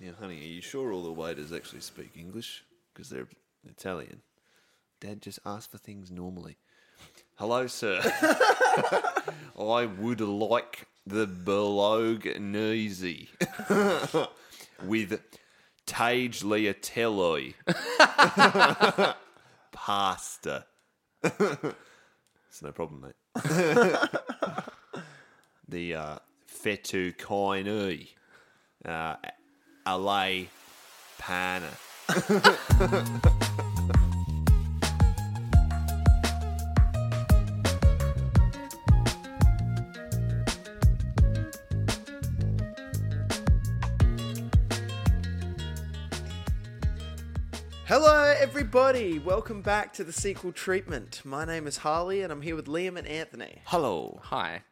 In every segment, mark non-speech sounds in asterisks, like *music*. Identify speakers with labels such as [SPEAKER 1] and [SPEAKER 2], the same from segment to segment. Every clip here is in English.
[SPEAKER 1] Now, honey, are you sure all the waiters actually speak English? Because they're Italian. Dad, just ask for things normally. Hello, sir. *laughs* I would like the Bolognese *laughs* with tagliatelle *laughs* pasta. it's no problem, mate. *laughs* the uh, fettuccine uh, alle panna.
[SPEAKER 2] Hello, everybody. Welcome back to the sequel treatment. My name is Harley, and I'm here with Liam and Anthony.
[SPEAKER 1] Hello.
[SPEAKER 3] Hi.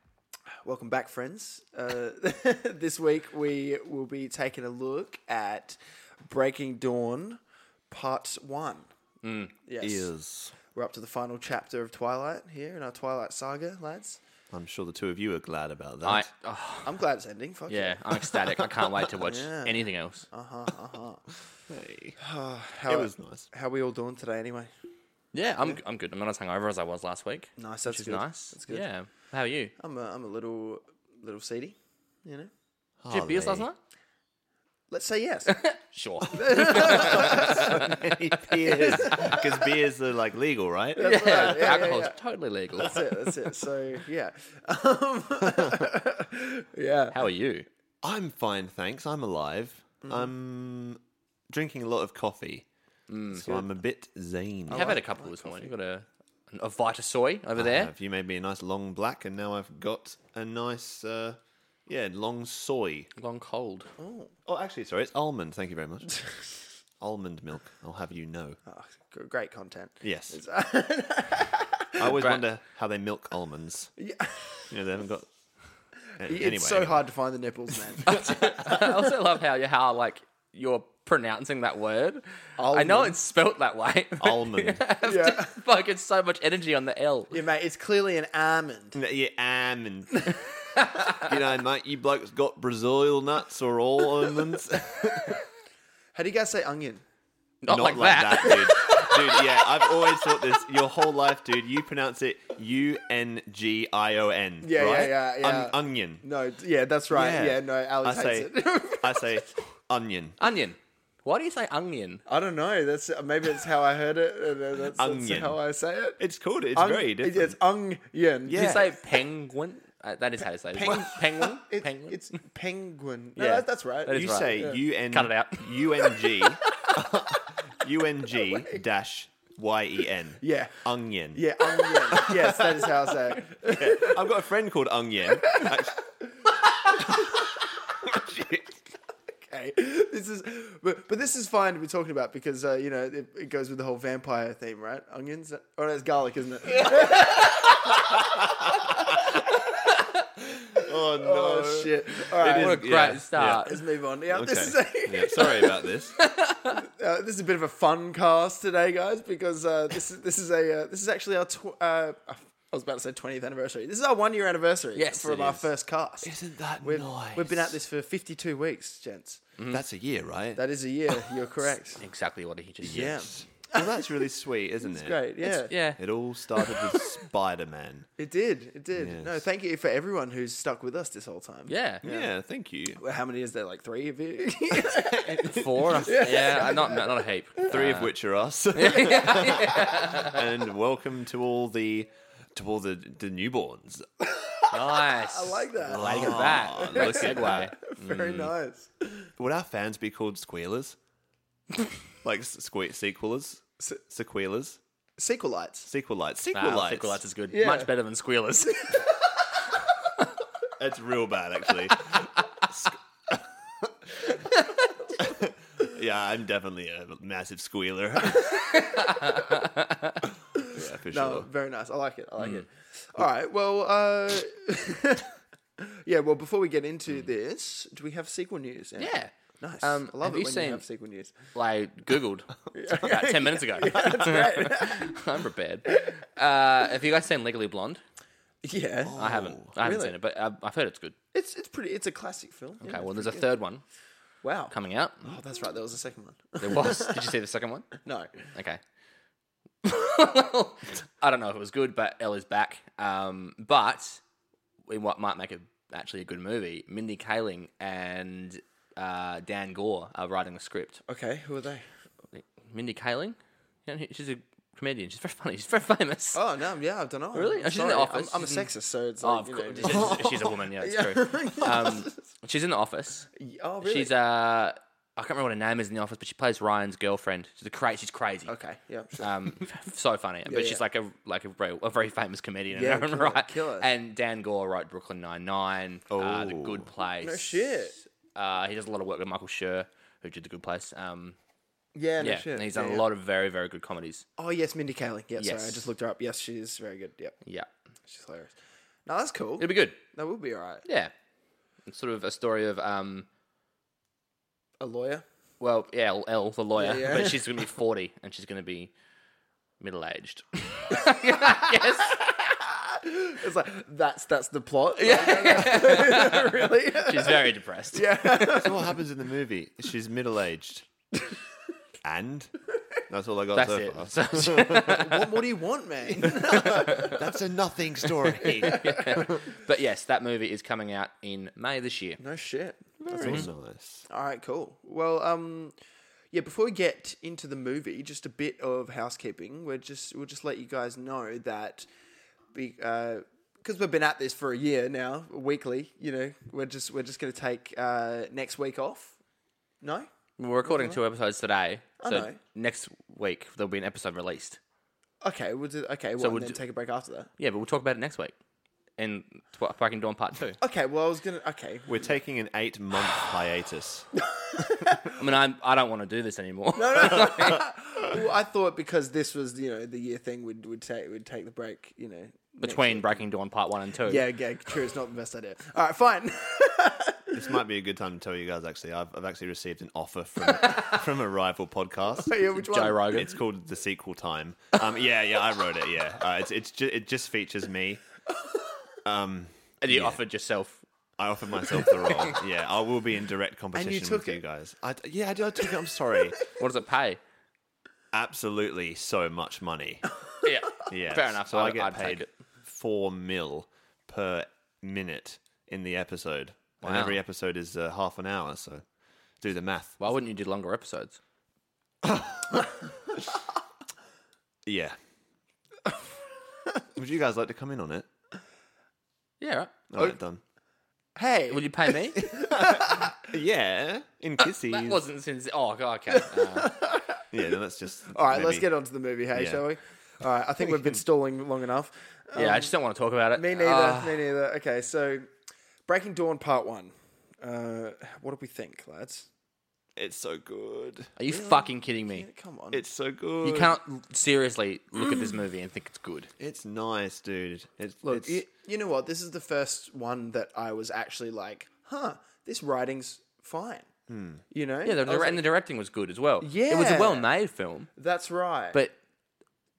[SPEAKER 2] Welcome back, friends. Uh, *laughs* this week we will be taking a look at Breaking Dawn, Part One.
[SPEAKER 3] Mm,
[SPEAKER 2] yes,
[SPEAKER 1] Is.
[SPEAKER 2] we're up to the final chapter of Twilight here in our Twilight saga, lads.
[SPEAKER 1] I'm sure the two of you are glad about that.
[SPEAKER 3] I oh,
[SPEAKER 2] I'm glad it's ending. Fuck
[SPEAKER 3] yeah, I'm ecstatic. I can't wait to watch
[SPEAKER 2] Yeah.
[SPEAKER 3] anything else.
[SPEAKER 1] Hey.
[SPEAKER 2] how
[SPEAKER 1] It was nice.
[SPEAKER 2] How we all doing today, anyway?
[SPEAKER 3] Yeah, I'm I'm good. I'm not as hungover as I was last week.
[SPEAKER 2] Nice, that's
[SPEAKER 3] which is
[SPEAKER 2] good.
[SPEAKER 3] nice.
[SPEAKER 2] That's good.
[SPEAKER 3] Yeah. How are you?
[SPEAKER 2] I'm a, I'm a little little seedy, you know.
[SPEAKER 3] Did you have beers last
[SPEAKER 1] Harley.
[SPEAKER 3] night?
[SPEAKER 2] Let's say
[SPEAKER 3] *laughs*
[SPEAKER 2] yes.
[SPEAKER 3] Sure.
[SPEAKER 1] Any
[SPEAKER 3] *laughs*
[SPEAKER 1] beers? Because beers are like legal, right?
[SPEAKER 3] yeah, alcohol's totally legal.
[SPEAKER 2] that's it. That's it. So yeah, um, yeah.
[SPEAKER 3] How are you? Mm.
[SPEAKER 1] I'm fine, thanks. I'm alive. I'm drinking a lot of coffee, so I'm a bit zany.
[SPEAKER 3] I've Mm, had a couple this morning. You got a a Vitasoy over there.
[SPEAKER 1] If you made me a nice long black, and now I've got a nice, uh, yeah, long soy.
[SPEAKER 3] Long cold.
[SPEAKER 1] Oh, actually, sorry, it's almond. Thank you very much. almond milk. I'll have you know.
[SPEAKER 2] Oh, g- great content.
[SPEAKER 1] Yes. I
[SPEAKER 2] *laughs*
[SPEAKER 1] always wonder how they milk almonds. Yeah. You know, they haven't got. A-
[SPEAKER 2] It's
[SPEAKER 1] anyway,
[SPEAKER 2] so
[SPEAKER 1] anyway.
[SPEAKER 2] hard to find the
[SPEAKER 1] *laughs*
[SPEAKER 2] nipples, man.
[SPEAKER 3] *laughs* I also love how you how like you're pronouncing that word. I know
[SPEAKER 2] Almond.
[SPEAKER 3] it's spelt that way. *laughs* but
[SPEAKER 1] Almond.
[SPEAKER 2] *laughs* yeah.
[SPEAKER 3] Fuck, it's so much energy on the L.
[SPEAKER 2] yeah, mate. It's clearly an almond.
[SPEAKER 1] Yeah, almond. you know, mate, you blokes got Brazil nuts or all
[SPEAKER 2] *laughs*
[SPEAKER 1] almonds.
[SPEAKER 2] How do you guys say onion?
[SPEAKER 3] Not, like, that.
[SPEAKER 1] dude. Dude, yeah, I've always thought this your whole life, dude. You pronounce it U N G I O N.
[SPEAKER 2] Yeah, yeah,
[SPEAKER 1] right?
[SPEAKER 2] yeah, yeah.
[SPEAKER 1] Un- onion.
[SPEAKER 2] No. d- Yeah, that's right.
[SPEAKER 1] Yeah.
[SPEAKER 2] Yeah. no, Ali
[SPEAKER 1] I
[SPEAKER 2] hates
[SPEAKER 1] say,
[SPEAKER 2] it. *laughs*
[SPEAKER 1] I say, onion.
[SPEAKER 3] *laughs* Onion. Why do you say onion?
[SPEAKER 2] I don't know. That's uh, maybe it's how I heard it. And then that's, that's
[SPEAKER 1] Onion.
[SPEAKER 2] how I say it.
[SPEAKER 1] It's called. It's
[SPEAKER 2] Ung-
[SPEAKER 1] very different.
[SPEAKER 2] It's onion.
[SPEAKER 1] Yeah.
[SPEAKER 3] Do you say penguin? Uh, that is how you say it. isn't it? Penguin?
[SPEAKER 2] It- *laughs*
[SPEAKER 3] penguin?
[SPEAKER 2] It's penguin. No,
[SPEAKER 3] Yeah.
[SPEAKER 2] that- that's right.
[SPEAKER 3] That is
[SPEAKER 1] you
[SPEAKER 3] right.
[SPEAKER 1] say U N.
[SPEAKER 3] Cut it out.
[SPEAKER 1] *laughs* U N
[SPEAKER 3] *laughs*
[SPEAKER 1] G. U N G dash Y E N.
[SPEAKER 2] Yeah.
[SPEAKER 1] Onion.
[SPEAKER 2] Yeah, *laughs* onion. yes, that is how I say it.
[SPEAKER 1] I've got a friend called Onion.
[SPEAKER 2] okay. *laughs* This is, but, but this is fine to be talking about because uh, you know it, it goes with the whole vampire theme, right? Onions, oh, that's garlic, isn't it?
[SPEAKER 1] Oh no.
[SPEAKER 2] oh shit! All right,
[SPEAKER 3] what a
[SPEAKER 1] is-
[SPEAKER 3] great
[SPEAKER 1] yeah, yeah.
[SPEAKER 2] *laughs*
[SPEAKER 3] start.
[SPEAKER 2] let's move on. Yeah,
[SPEAKER 1] Okay.
[SPEAKER 2] this is a,
[SPEAKER 1] *laughs*
[SPEAKER 2] *laughs*
[SPEAKER 1] Yeah, sorry about this.
[SPEAKER 2] uh, this is a bit of a fun cast today, guys, because uh, this is this is a uh, this is actually our tw- uh, I was about to say twentieth anniversary. This is our one year anniversary.
[SPEAKER 3] Yes,
[SPEAKER 2] from
[SPEAKER 3] it
[SPEAKER 2] our
[SPEAKER 3] is.
[SPEAKER 2] first cast.
[SPEAKER 1] Isn't that
[SPEAKER 2] We've,
[SPEAKER 1] nice?
[SPEAKER 2] we've been at this for 52 weeks, gents.
[SPEAKER 3] Mm-hmm.
[SPEAKER 1] That's a year, right?
[SPEAKER 2] That is a year.
[SPEAKER 3] Oh,
[SPEAKER 2] You're correct.
[SPEAKER 3] Exactly what he just
[SPEAKER 2] Yeah.
[SPEAKER 3] said.
[SPEAKER 1] *laughs* well, that's really sweet, isn't it?
[SPEAKER 2] Great. Yeah.
[SPEAKER 3] Yeah.
[SPEAKER 1] It all started
[SPEAKER 2] *laughs*
[SPEAKER 1] with Spider Man.
[SPEAKER 2] It did. It did. No,
[SPEAKER 1] Yes.
[SPEAKER 2] thank you for everyone who's stuck with us this whole time.
[SPEAKER 3] Yeah. *laughs*
[SPEAKER 1] Yeah. thank you.
[SPEAKER 3] Uh,
[SPEAKER 2] Well, How many is there? Like three of you? *laughs*
[SPEAKER 3] Four? yeah. yeah, not not a heap.
[SPEAKER 1] Three
[SPEAKER 3] Uh,
[SPEAKER 1] of which are us. *laughs*
[SPEAKER 2] *laughs*
[SPEAKER 3] *laughs*
[SPEAKER 1] and welcome to all the to all the, the newborns.
[SPEAKER 3] Nice.
[SPEAKER 2] I like that.
[SPEAKER 3] I like that.
[SPEAKER 1] look
[SPEAKER 3] Good
[SPEAKER 1] at
[SPEAKER 3] segue. Mm.
[SPEAKER 2] Very nice.
[SPEAKER 1] Would our fans be called *laughs* squealers? like s- sque- sequelers? S- sequelers?
[SPEAKER 2] Sequelites.
[SPEAKER 1] Sequelites. Sequelites.
[SPEAKER 3] Nah, Pickle Lights is good.
[SPEAKER 2] Yeah.
[SPEAKER 3] Much better than Squealers.
[SPEAKER 1] It's real bad, actually. *laughs* yeah, I'm definitely a massive *laughs* squealer. yeah, for
[SPEAKER 2] No,
[SPEAKER 1] sure.
[SPEAKER 2] very nice. I like it. I
[SPEAKER 3] Mm.
[SPEAKER 2] like it. All right. Well, uh, *laughs* yeah. Well, before we get into this, do we have sequel news? Anna?
[SPEAKER 3] *laughs* Mm. Yeah.
[SPEAKER 2] Nice.
[SPEAKER 3] Um,
[SPEAKER 2] I love
[SPEAKER 3] have
[SPEAKER 2] it when
[SPEAKER 3] you
[SPEAKER 2] you
[SPEAKER 3] seen-
[SPEAKER 2] have sequel
[SPEAKER 3] *laughs*
[SPEAKER 2] news.
[SPEAKER 3] like Googled about ten minutes
[SPEAKER 2] *laughs*
[SPEAKER 3] ago. *laughs* I'm prepared. Uh, have you guys seen Legally Blonde?
[SPEAKER 2] Yeah.
[SPEAKER 3] Oh. I haven't. I haven't
[SPEAKER 2] really?
[SPEAKER 3] seen it, but uh, I've heard it's good.
[SPEAKER 2] It's it's pretty. It's a classic film.
[SPEAKER 3] Okay, well, there's a third one
[SPEAKER 2] Wow.
[SPEAKER 3] coming out.
[SPEAKER 2] Oh, that's right. There was a second one. *laughs*
[SPEAKER 3] There was. Did you see the second one?
[SPEAKER 2] no.
[SPEAKER 3] Okay. *laughs* I don't know if it was good, but Elle is back. Um, but in what might make it actually a good movie, Mindy Kaling and uh, Dan Gore are writing the script.
[SPEAKER 2] Okay. Who are they?
[SPEAKER 3] Mindy Kaling, You know, she's a comedian. She's very funny. She's very famous.
[SPEAKER 2] Oh no. Yeah, I don't know.
[SPEAKER 3] Really?
[SPEAKER 2] I'm
[SPEAKER 3] Oh, she's in The
[SPEAKER 2] sorry.
[SPEAKER 3] Office.
[SPEAKER 2] I'm, I'm a
[SPEAKER 3] She's in-
[SPEAKER 2] sexist, so it's
[SPEAKER 3] Oh,
[SPEAKER 2] like,
[SPEAKER 3] of
[SPEAKER 2] you
[SPEAKER 3] course.
[SPEAKER 2] know.
[SPEAKER 3] She's, she's a woman. Yeah, it's true.
[SPEAKER 2] *laughs*
[SPEAKER 3] Um, she's in the office. *laughs*
[SPEAKER 2] oh, really?
[SPEAKER 3] She's uh, I can't remember what her name is in the office, but she plays Ryan's girlfriend. She's a cra- She's crazy.
[SPEAKER 2] okay. Yeah. Sure. *laughs*
[SPEAKER 3] Um, so funny, but
[SPEAKER 2] yeah.
[SPEAKER 3] she's like a like a very, a very famous comedian
[SPEAKER 2] Yeah,
[SPEAKER 3] in her own
[SPEAKER 2] killer,
[SPEAKER 3] *laughs* right.
[SPEAKER 2] killer.
[SPEAKER 3] And Dan Gore wrote Brooklyn Nine Nine, uh, The
[SPEAKER 1] Oh.
[SPEAKER 3] Good Place.
[SPEAKER 2] No shit.
[SPEAKER 3] Uh, he does a lot of work with Michael Schur, who did The Good Place. Um,
[SPEAKER 2] yeah. No
[SPEAKER 3] yeah,
[SPEAKER 2] shit.
[SPEAKER 3] and he's
[SPEAKER 2] Yeah,
[SPEAKER 3] done
[SPEAKER 2] yeah.
[SPEAKER 3] a lot of very very good comedies.
[SPEAKER 2] Oh yes, Mindy Kaling. Yeah, sorry, I
[SPEAKER 3] Yes.
[SPEAKER 2] just looked her up. Yes, she's very good. Yep,
[SPEAKER 3] Yeah,
[SPEAKER 2] she's hilarious. No, that's cool.
[SPEAKER 3] it'll be good.
[SPEAKER 2] That will be all right.
[SPEAKER 3] Yeah, it's sort of a story of um,
[SPEAKER 2] A lawyer.
[SPEAKER 3] well, yeah, L, L the lawyer,
[SPEAKER 2] Yeah, yeah.
[SPEAKER 3] *laughs* but she's gonna be forty and she's gonna be
[SPEAKER 2] *laughs*
[SPEAKER 3] middle aged. yes.
[SPEAKER 2] It's like that's that's the plot. Yeah, *laughs* really.
[SPEAKER 3] She's very depressed.
[SPEAKER 1] So what happens in the movie? She's middle aged, and that's all I got
[SPEAKER 3] That's
[SPEAKER 1] so
[SPEAKER 3] it.
[SPEAKER 1] far.
[SPEAKER 3] So,
[SPEAKER 2] what more do you want, man?
[SPEAKER 1] That's a nothing story.
[SPEAKER 3] *laughs* but yes, that movie is coming out in May this year.
[SPEAKER 2] no shit.
[SPEAKER 1] That's all nice.
[SPEAKER 2] All right, cool. Well, um, yeah. Before we get into the movie, just a bit of housekeeping. We're just we'll just let you guys know that because we've been at this for a year now, weekly. You know, we're just we're just gonna take uh, next week off. No.
[SPEAKER 3] We're recording two episodes today, so
[SPEAKER 2] know.
[SPEAKER 3] next week there'll be an episode released.
[SPEAKER 2] Okay, we'll do. Okay, well,
[SPEAKER 3] we'll
[SPEAKER 2] and then
[SPEAKER 3] do-
[SPEAKER 2] take a break after that.
[SPEAKER 3] Yeah, but we'll talk about it next week in Tw- Fucking Dawn Part Two.
[SPEAKER 2] Okay, well, I was gonna. Okay,
[SPEAKER 1] We're taking an eight month hiatus.
[SPEAKER 3] I mean, I'm, I don't want to do this anymore.
[SPEAKER 2] well, I thought because this was you know the year thing, we'd we'd take we'd take the break. You know, next-
[SPEAKER 3] Between Breaking Dawn Part One and Two.
[SPEAKER 2] yeah, yeah, true. It's not the best idea. All right, fine. *laughs*
[SPEAKER 1] This might be a good time to tell you guys. Actually, I've, I've actually received an offer
[SPEAKER 2] *laughs*
[SPEAKER 1] from from a rival podcast.
[SPEAKER 2] yeah, which
[SPEAKER 3] Joe
[SPEAKER 2] one?
[SPEAKER 3] Rogan.
[SPEAKER 1] It's called the sequel time. Um, yeah, yeah, I wrote it. Yeah, uh, it's it's ju- it just features me.
[SPEAKER 3] and you offered yourself.
[SPEAKER 1] I offered myself the
[SPEAKER 2] *laughs*
[SPEAKER 1] role. Yeah, I will be in direct competition
[SPEAKER 2] took
[SPEAKER 1] with you
[SPEAKER 2] it.
[SPEAKER 1] guys. I, yeah, I, did- I took it. I'm sorry.
[SPEAKER 3] What does it pay?
[SPEAKER 1] Absolutely, so much money.
[SPEAKER 3] Yeah,
[SPEAKER 1] Yeah,
[SPEAKER 3] fair enough.
[SPEAKER 1] So I, get
[SPEAKER 3] I'd take
[SPEAKER 1] paid
[SPEAKER 3] it.
[SPEAKER 1] four mil per minute in the episode, and
[SPEAKER 3] Wow.
[SPEAKER 1] every episode is uh, half an hour. So do the math.
[SPEAKER 3] *laughs* Why wouldn't you do longer episodes?
[SPEAKER 1] Yeah. *laughs* Would you guys like to come in on it?
[SPEAKER 3] Yeah, right.
[SPEAKER 1] All right, done.
[SPEAKER 2] Hey,
[SPEAKER 3] Would you pay *laughs* me?
[SPEAKER 1] Yeah, *laughs* in kisses.
[SPEAKER 3] that wasn't since. Oh, okay. Uh,
[SPEAKER 1] Yeah, no, that's just.
[SPEAKER 2] all right, let's get on to the movie. Hey,
[SPEAKER 1] Yeah.
[SPEAKER 2] shall we? All right, I think
[SPEAKER 3] *laughs*
[SPEAKER 2] we've been stalling long enough. Um,
[SPEAKER 3] *laughs* yeah, I just don't want to talk about it.
[SPEAKER 2] me neither.
[SPEAKER 3] Ah.
[SPEAKER 2] me neither. Okay, so Breaking Dawn Part One. Uh, what did we think, lads?
[SPEAKER 1] It's so good.
[SPEAKER 3] Are you fucking kidding me?
[SPEAKER 2] Come on.
[SPEAKER 1] It's so good.
[SPEAKER 3] You can't l- seriously look at this movie and think it's good.
[SPEAKER 1] It's nice, dude. It's,
[SPEAKER 2] Look,
[SPEAKER 1] it's,
[SPEAKER 2] you, you know what? This is the first one that I was actually like, huh, this writing's fine. You know?
[SPEAKER 3] Hmm. Yeah, the,
[SPEAKER 2] I was
[SPEAKER 3] dir-
[SPEAKER 2] like,
[SPEAKER 3] and the directing was good as well. it was a
[SPEAKER 2] Yeah.
[SPEAKER 3] well-made film,
[SPEAKER 2] that's right.
[SPEAKER 3] but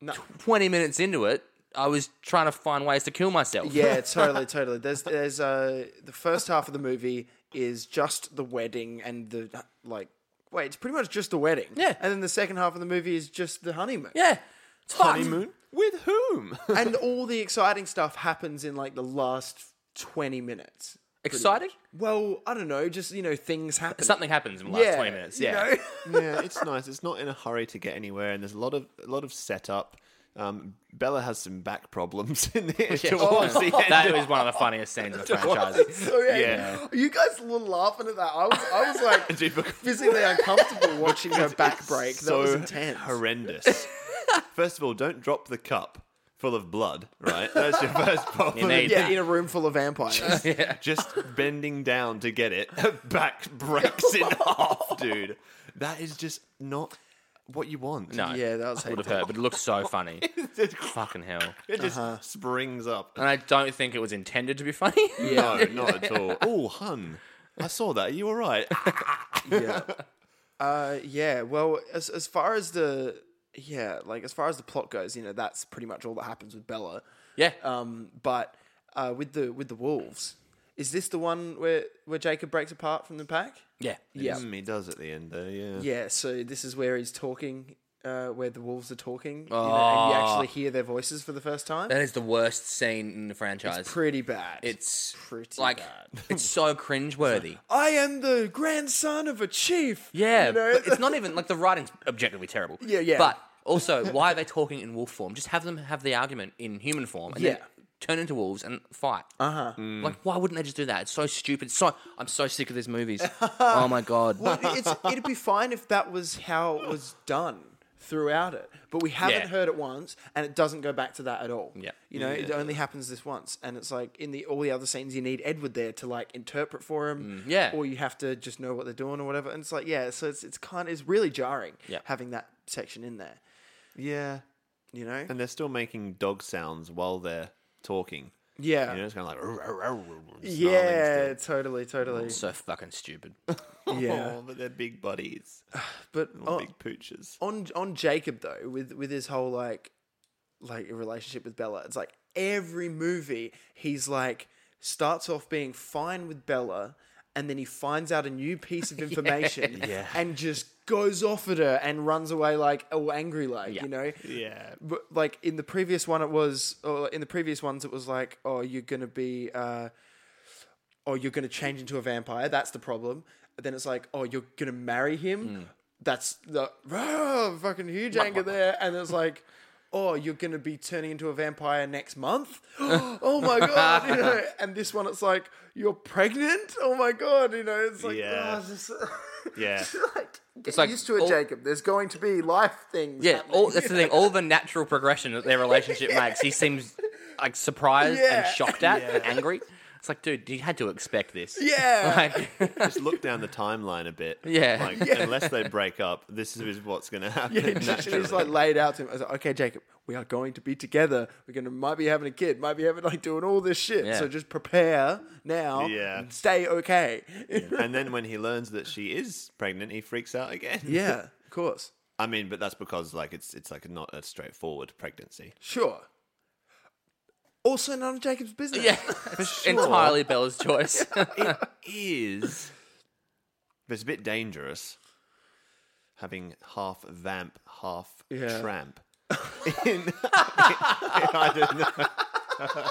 [SPEAKER 2] No.
[SPEAKER 3] twenty minutes into it, I was trying to find ways to kill myself. *laughs*
[SPEAKER 2] yeah, totally, totally. There's, there's, uh, the first half of the movie is just the wedding and the, like, wait, it's pretty much just the wedding.
[SPEAKER 3] Yeah.
[SPEAKER 2] And then the second half of the movie is just the honeymoon.
[SPEAKER 3] yeah, it's fucked.
[SPEAKER 1] honeymoon with whom?
[SPEAKER 2] And all the exciting stuff happens in, like, the last 20 minutes.
[SPEAKER 3] Exciting?
[SPEAKER 2] Well, I don't know, just, you know, things happen.
[SPEAKER 3] Something happens in the last
[SPEAKER 2] Yeah,
[SPEAKER 3] twenty minutes.
[SPEAKER 2] you
[SPEAKER 3] Yeah, *laughs*
[SPEAKER 1] *laughs*
[SPEAKER 2] know? *laughs*
[SPEAKER 1] yeah, *laughs* it's nice. It's not in a hurry to get anywhere, and there's a lot of a lot of setup. Um, Bella has some back problems in *laughs* there towards
[SPEAKER 2] Oh.
[SPEAKER 1] the end.
[SPEAKER 3] that was one of the funniest scenes
[SPEAKER 2] *laughs*
[SPEAKER 3] in the franchise.
[SPEAKER 2] So yeah,
[SPEAKER 1] Yeah.
[SPEAKER 2] you guys were laughing at that. I was, I was
[SPEAKER 3] *laughs*
[SPEAKER 2] like
[SPEAKER 1] Dude, *laughs* because-
[SPEAKER 2] physically uncomfortable watching her back break. That
[SPEAKER 1] so
[SPEAKER 2] was intense.
[SPEAKER 1] horrendous. First of all, don't drop the cup full of blood. Right, that's *laughs* your first problem.
[SPEAKER 3] need
[SPEAKER 2] yeah, in a room full of
[SPEAKER 3] *laughs*
[SPEAKER 2] vampires.
[SPEAKER 1] Just bending down to get it, *laughs* her back breaks in half, dude. That is just not what you want.
[SPEAKER 3] No,
[SPEAKER 2] yeah, that was
[SPEAKER 3] would have
[SPEAKER 2] hateful.
[SPEAKER 3] hurt, but it looks
[SPEAKER 2] *laughs*
[SPEAKER 3] so funny.
[SPEAKER 1] it
[SPEAKER 3] Fucking hell!
[SPEAKER 1] just springs up.
[SPEAKER 2] Uh,
[SPEAKER 3] And I don't think it was intended to be funny.
[SPEAKER 1] No, not
[SPEAKER 2] *laughs*
[SPEAKER 1] at all. Oh, hun. I saw that. Are you all right?
[SPEAKER 2] yeah. Uh, yeah. Well, as as far as the yeah, like as far as the plot goes, you know, that's pretty much all that happens with Bella.
[SPEAKER 3] *laughs* yeah,
[SPEAKER 2] Um, but uh, with the with the wolves, is this the one where where Jacob breaks apart from the pack?
[SPEAKER 3] Yeah.
[SPEAKER 2] *laughs* Yeah.
[SPEAKER 1] Mm, he does at the end there, yeah.
[SPEAKER 2] Yeah, so this is where he's talking, uh, where the wolves are talking, you know, and you
[SPEAKER 3] Oh.
[SPEAKER 2] actually hear their voices for the first time.
[SPEAKER 3] That is the worst scene in the franchise. It's,
[SPEAKER 2] Pretty bad.
[SPEAKER 3] pretty
[SPEAKER 2] pretty
[SPEAKER 3] like
[SPEAKER 2] bad.
[SPEAKER 3] it's
[SPEAKER 2] *laughs*
[SPEAKER 3] so cringeworthy.
[SPEAKER 2] I am the grandson of a chief.
[SPEAKER 3] Yeah,
[SPEAKER 2] you know?
[SPEAKER 3] but it's not even like the writing's objectively terrible.
[SPEAKER 2] Yeah, yeah.
[SPEAKER 3] But also, why are they talking in wolf form? Just have them have the argument in human form and then
[SPEAKER 2] Yeah. Uh-huh.
[SPEAKER 3] turn into wolves and fight. Uh huh. Like, why wouldn't they just do that? It's so stupid. So I'm so sick of these
[SPEAKER 2] *laughs*
[SPEAKER 3] movies. oh my god.
[SPEAKER 2] Well, it's, it'd be fine if that was how it was done throughout it, but we haven't
[SPEAKER 3] Yeah.
[SPEAKER 2] heard it once, and it doesn't go back to that at all.
[SPEAKER 3] Yeah.
[SPEAKER 2] you know, it only happens this once, and it's like in the all the other scenes, you need Edward there to like interpret for him.
[SPEAKER 3] yeah.
[SPEAKER 2] or you have to just know what they're doing or whatever. And it's like, yeah, so it's it's kind of, it's really jarring
[SPEAKER 3] Yeah.
[SPEAKER 2] having that section in there.
[SPEAKER 1] Yeah.
[SPEAKER 2] You know,
[SPEAKER 1] And they're still making dog sounds while they're talking.
[SPEAKER 2] yeah,
[SPEAKER 1] You know, it's kind of like. "Row, row, row, row," snarling
[SPEAKER 2] yeah,
[SPEAKER 1] still.
[SPEAKER 2] totally,
[SPEAKER 3] *laughs*
[SPEAKER 2] totally,
[SPEAKER 3] so fucking stupid.
[SPEAKER 2] yeah.
[SPEAKER 1] Oh, but they're big buddies.
[SPEAKER 2] But oh,
[SPEAKER 1] Big pooches.
[SPEAKER 2] on on Jacob though, with with his whole like like relationship with Bella, it's like every movie he's like starts off being fine with Bella, and then he finds out a new piece of information
[SPEAKER 1] Yeah.
[SPEAKER 2] and just goes off at her and runs away like all angry like you know
[SPEAKER 1] Yeah.
[SPEAKER 2] but like in the previous one it was or in the previous ones it was like oh you're gonna be uh oh you're gonna change into a vampire that's the problem But then it's like oh you're gonna marry him
[SPEAKER 3] Hmm.
[SPEAKER 2] that's the rah, fucking huge anger there and it's like oh you're gonna be turning into a vampire next month *gasps* oh my god you
[SPEAKER 3] *laughs*
[SPEAKER 2] know and this one it's like you're pregnant oh my god you know it's like
[SPEAKER 1] Yeah.
[SPEAKER 2] oh, it's just-
[SPEAKER 1] Yeah.
[SPEAKER 2] *laughs* like get
[SPEAKER 3] like
[SPEAKER 2] used to it
[SPEAKER 3] all-
[SPEAKER 2] jacob there's going to be life things
[SPEAKER 3] Yeah,
[SPEAKER 2] happening.
[SPEAKER 3] all, that's the thing. All the natural progression that
[SPEAKER 2] *laughs*
[SPEAKER 3] their relationship makes, he seems like surprised
[SPEAKER 2] Yeah.
[SPEAKER 3] and shocked at, and angry. It's like, dude, you had to expect this.
[SPEAKER 2] *laughs* yeah
[SPEAKER 3] *laughs* Like,
[SPEAKER 1] Just look down the timeline a bit.
[SPEAKER 3] Yeah.
[SPEAKER 1] Like, unless they break up, this is what's going to happen.
[SPEAKER 2] *laughs* Yeah, it just, it
[SPEAKER 1] naturally.
[SPEAKER 2] just like laid out to him. I was like, okay, Jacob, we are going to be together. We're gonna might be having a kid, might be having like doing all this shit.
[SPEAKER 3] Yeah.
[SPEAKER 2] So just prepare now.
[SPEAKER 1] Yeah.
[SPEAKER 2] and Stay okay. *laughs* Yeah.
[SPEAKER 1] and then when he learns that she is pregnant, he freaks out again.
[SPEAKER 2] of course.
[SPEAKER 1] I mean, but that's because like it's it's like not a straightforward
[SPEAKER 2] *laughs*
[SPEAKER 1] pregnancy.
[SPEAKER 2] Sure. Also none of Jacob's business. *laughs*
[SPEAKER 3] yeah, entirely Bella's choice.
[SPEAKER 1] Is but it's a bit dangerous having half vamp, half
[SPEAKER 2] Yeah. *laughs*
[SPEAKER 1] tramp. in, *laughs* I don't know.